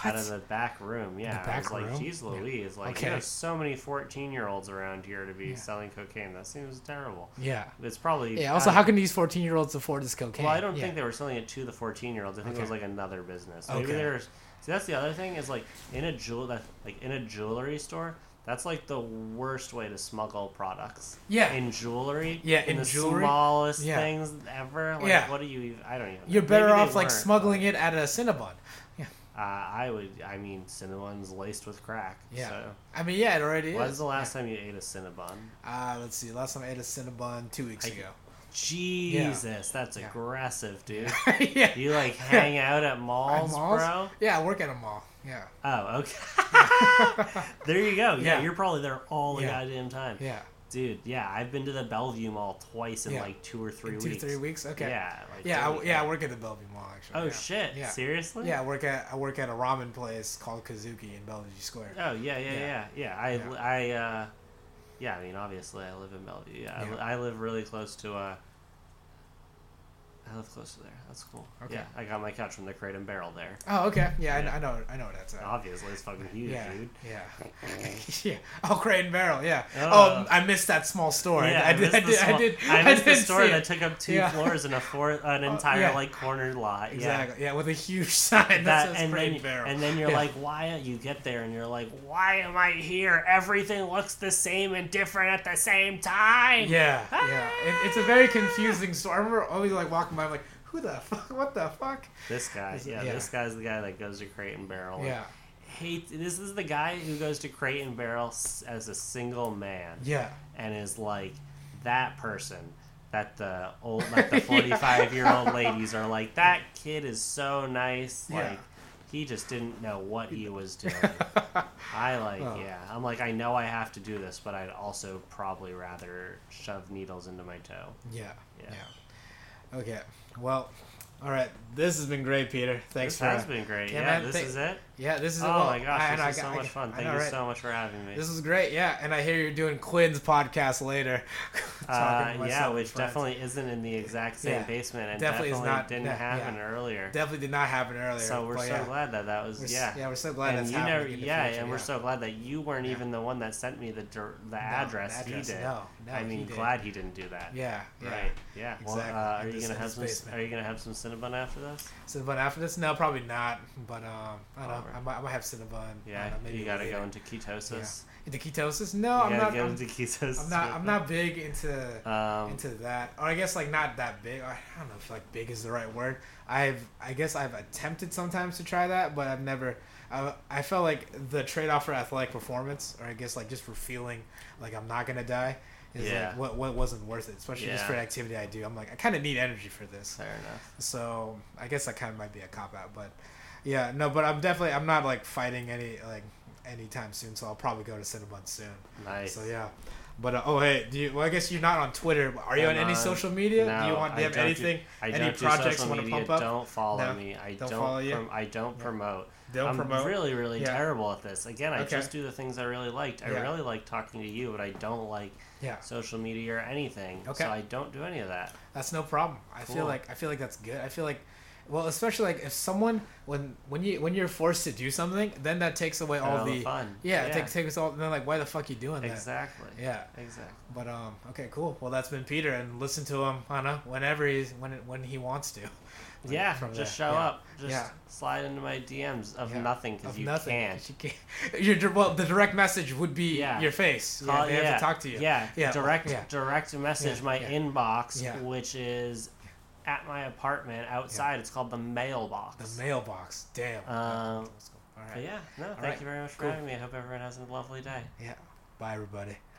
out What? of the back room. Yeah. I back was like, room? geez, Yeah. Louise, like Okay. there's so many 14 year olds around here to be Yeah. selling cocaine. That seems terrible. Yeah. It's probably Yeah. Also, out how can these 14 year olds afford this cocaine? well, I don't yeah. think they were selling it to the fourteen-year-olds. I think it was Okay. like another business. Maybe Okay. there's. See, that's the other thing is like in a jewel that like in a jewelry store. That's like the worst way to smuggle products. Yeah. In jewelry. Yeah, in the jewelry. smallest Yeah. things ever. Like, Yeah. What do you? even- I don't even. You're know. better Maybe they off like weren't, smuggling it at a Cinnabon. Yeah. but, Uh, I would. I mean, Cinnabon's laced with crack. Yeah. So. I mean, yeah, it already When's is. the last time you ate a Cinnabon? Ah, let's see. Last time I ate a Cinnabon two weeks I- ago. Jesus, that's Yeah. aggressive, dude. yeah. you like hang out at malls, malls? bro? Yeah, I work at a mall. Yeah. Oh, okay. Oh, there you go. Yeah, Yeah. you're probably there all the Yeah. goddamn time. Yeah. Dude, yeah, I've been to the Bellevue Mall twice in Yeah. like two or three Two, weeks. three weeks. Okay. Yeah. Like Yeah, holy I, yeah, I crap. work at the Bellevue Mall actually. Oh yeah. shit! Yeah. Seriously? Yeah, I work at I work at a ramen place called Kazuki in Bellevue Square. Oh yeah, yeah, Yeah. yeah, yeah. I, Yeah. I, uh, yeah. I mean, obviously, I live in Bellevue. Yeah, I Yeah. li- I, live really close to. Uh, I live close to there. That's cool. Okay. Yeah, I got my couch from the Crate and Barrel there. Oh, okay. Yeah, I, Yeah. I know I know what that's at. Obviously, it's fucking huge, yeah, dude. yeah, yeah. Oh, Crate and Barrel. Yeah. Oh, Oh. I missed that small store. Yeah, I, did, missed I, the did, I small- did. I missed the did store see that it. took up two Yeah. Oh, floors and a four, an entire yeah. like corner lot. Yeah. Exactly. Yeah, with a huge sign that, That, says and, Crate then, and Barrel. and then you're Yeah. like, why? You get there and you're like, why am I here? Everything looks the same and different at the same time. yeah, yeah. It, it's a very confusing store. I remember always like walking by, I'm like, who the fuck? What the fuck? This guy, This- yeah, yeah. this guy's the guy that goes to Crate and Barrel. and Yeah, hates. This is the guy who goes to Crate and Barrel s- as a single man. yeah. and is like that person that the old like the 45 year old ladies are like that kid is so nice Yeah. like he just didn't know what he was doing i like Oh. yeah i'm like i know i have to do this but i'd also probably rather shove needles into my toe Yeah. Yeah. Yeah. Okay. Well, all right. This has been great, Peter. Thanks this for. has been great Yeah, yeah, man, this thank- is it Yeah, this is. oh well, my gosh I- I this know, is I so got- I much got- fun I thank know, you right? so much for having me This is great. Yeah, and I hear you're doing Quinn's podcast later. Talking to uh, myself yeah and which friends. definitely isn't in the exact same Yeah. basement and Definitely definitely, is not- didn't yeah, happen yeah. earlier definitely did not happen earlier. So we're but so yeah. glad that that was We're s- yeah. we're so glad and that's you happening. never, in the yeah, future, and we're so glad that you weren't Yeah. even the one that sent me the dir- No, the address. the address, He did. no, no, I he mean, did. glad he didn't do that. Yeah, yeah. Right. Yeah. Exactly. Well, uh, In are you this- gonna in have this some? basement. Are you gonna have some cinnabon after this? Cinnabon after this? No, probably not. But um, I don't know. Alright. I might, I might have Cinnabon. I Yeah. don't know, maybe you gotta later. go into ketosis. into ketosis. No, You I'm gotta not. go I'm, into ketosis. I'm not. with I'm that. not big into Um, into that, or I guess like not that big. I don't know if like big is the right word. I've I guess I've attempted sometimes to try that, but I've never. I, I felt like the trade off for athletic performance, or I guess like just for feeling like I'm not gonna die, is Yeah. like what what wasn't worth it, especially just Yeah. for the activity I do. I'm like I kind of need energy for this, fair enough. so I guess that kind of might be a cop out, but yeah, no, but I'm definitely I'm not like fighting any like anytime soon, so I'll probably go to Cinnabon soon. Nice. So yeah, but uh, oh hey, do you? Well, I guess you're not on Twitter. But are you I'm on any on- social media? do you No, want? Do you I have don't do- anything? I any don't do projects social wanna media. pump up? Don't follow No, me. I don't don't. follow you? prom- I don't Yeah. promote. Don't I'm promote. really, really Yeah. terrible at this. Again, I Okay. just do the things I really liked. I Yeah. really like talking to you, but I don't like yeah, social media or anything. Okay. So I don't do any of that. that's no problem. I feel Cool. like I feel like that's good. I feel like Well, especially like if someone when when you when you're forced to do something, then that takes away all, all the the, fun. Yeah, Oh, Yeah. It takes, takes all. Then like, why the fuck you doing that? Exactly. Yeah. Exactly. But um, okay, cool. Well, that's been Peter, and listen to him. I don't know whenever he's when when he wants to. Like, Yeah, from just there. show Yeah. up. Just Yeah. slide into my DMs of Yeah. nothing because Of you nothing. can't. You can't. Your dir- well, the direct message would be Yeah. your face. Call- yeah, they have to talk to you. Yeah, Yeah. direct Yeah. direct message Yeah. my Yeah. inbox, Yeah. which is at my apartment outside. It's called the The mailbox. mailbox. Damn. Um, Let's go. All but right. yeah, no, thank right. you very much for Cool. having me. I hope everyone has a lovely day. Yeah. Bye, everybody. Bye.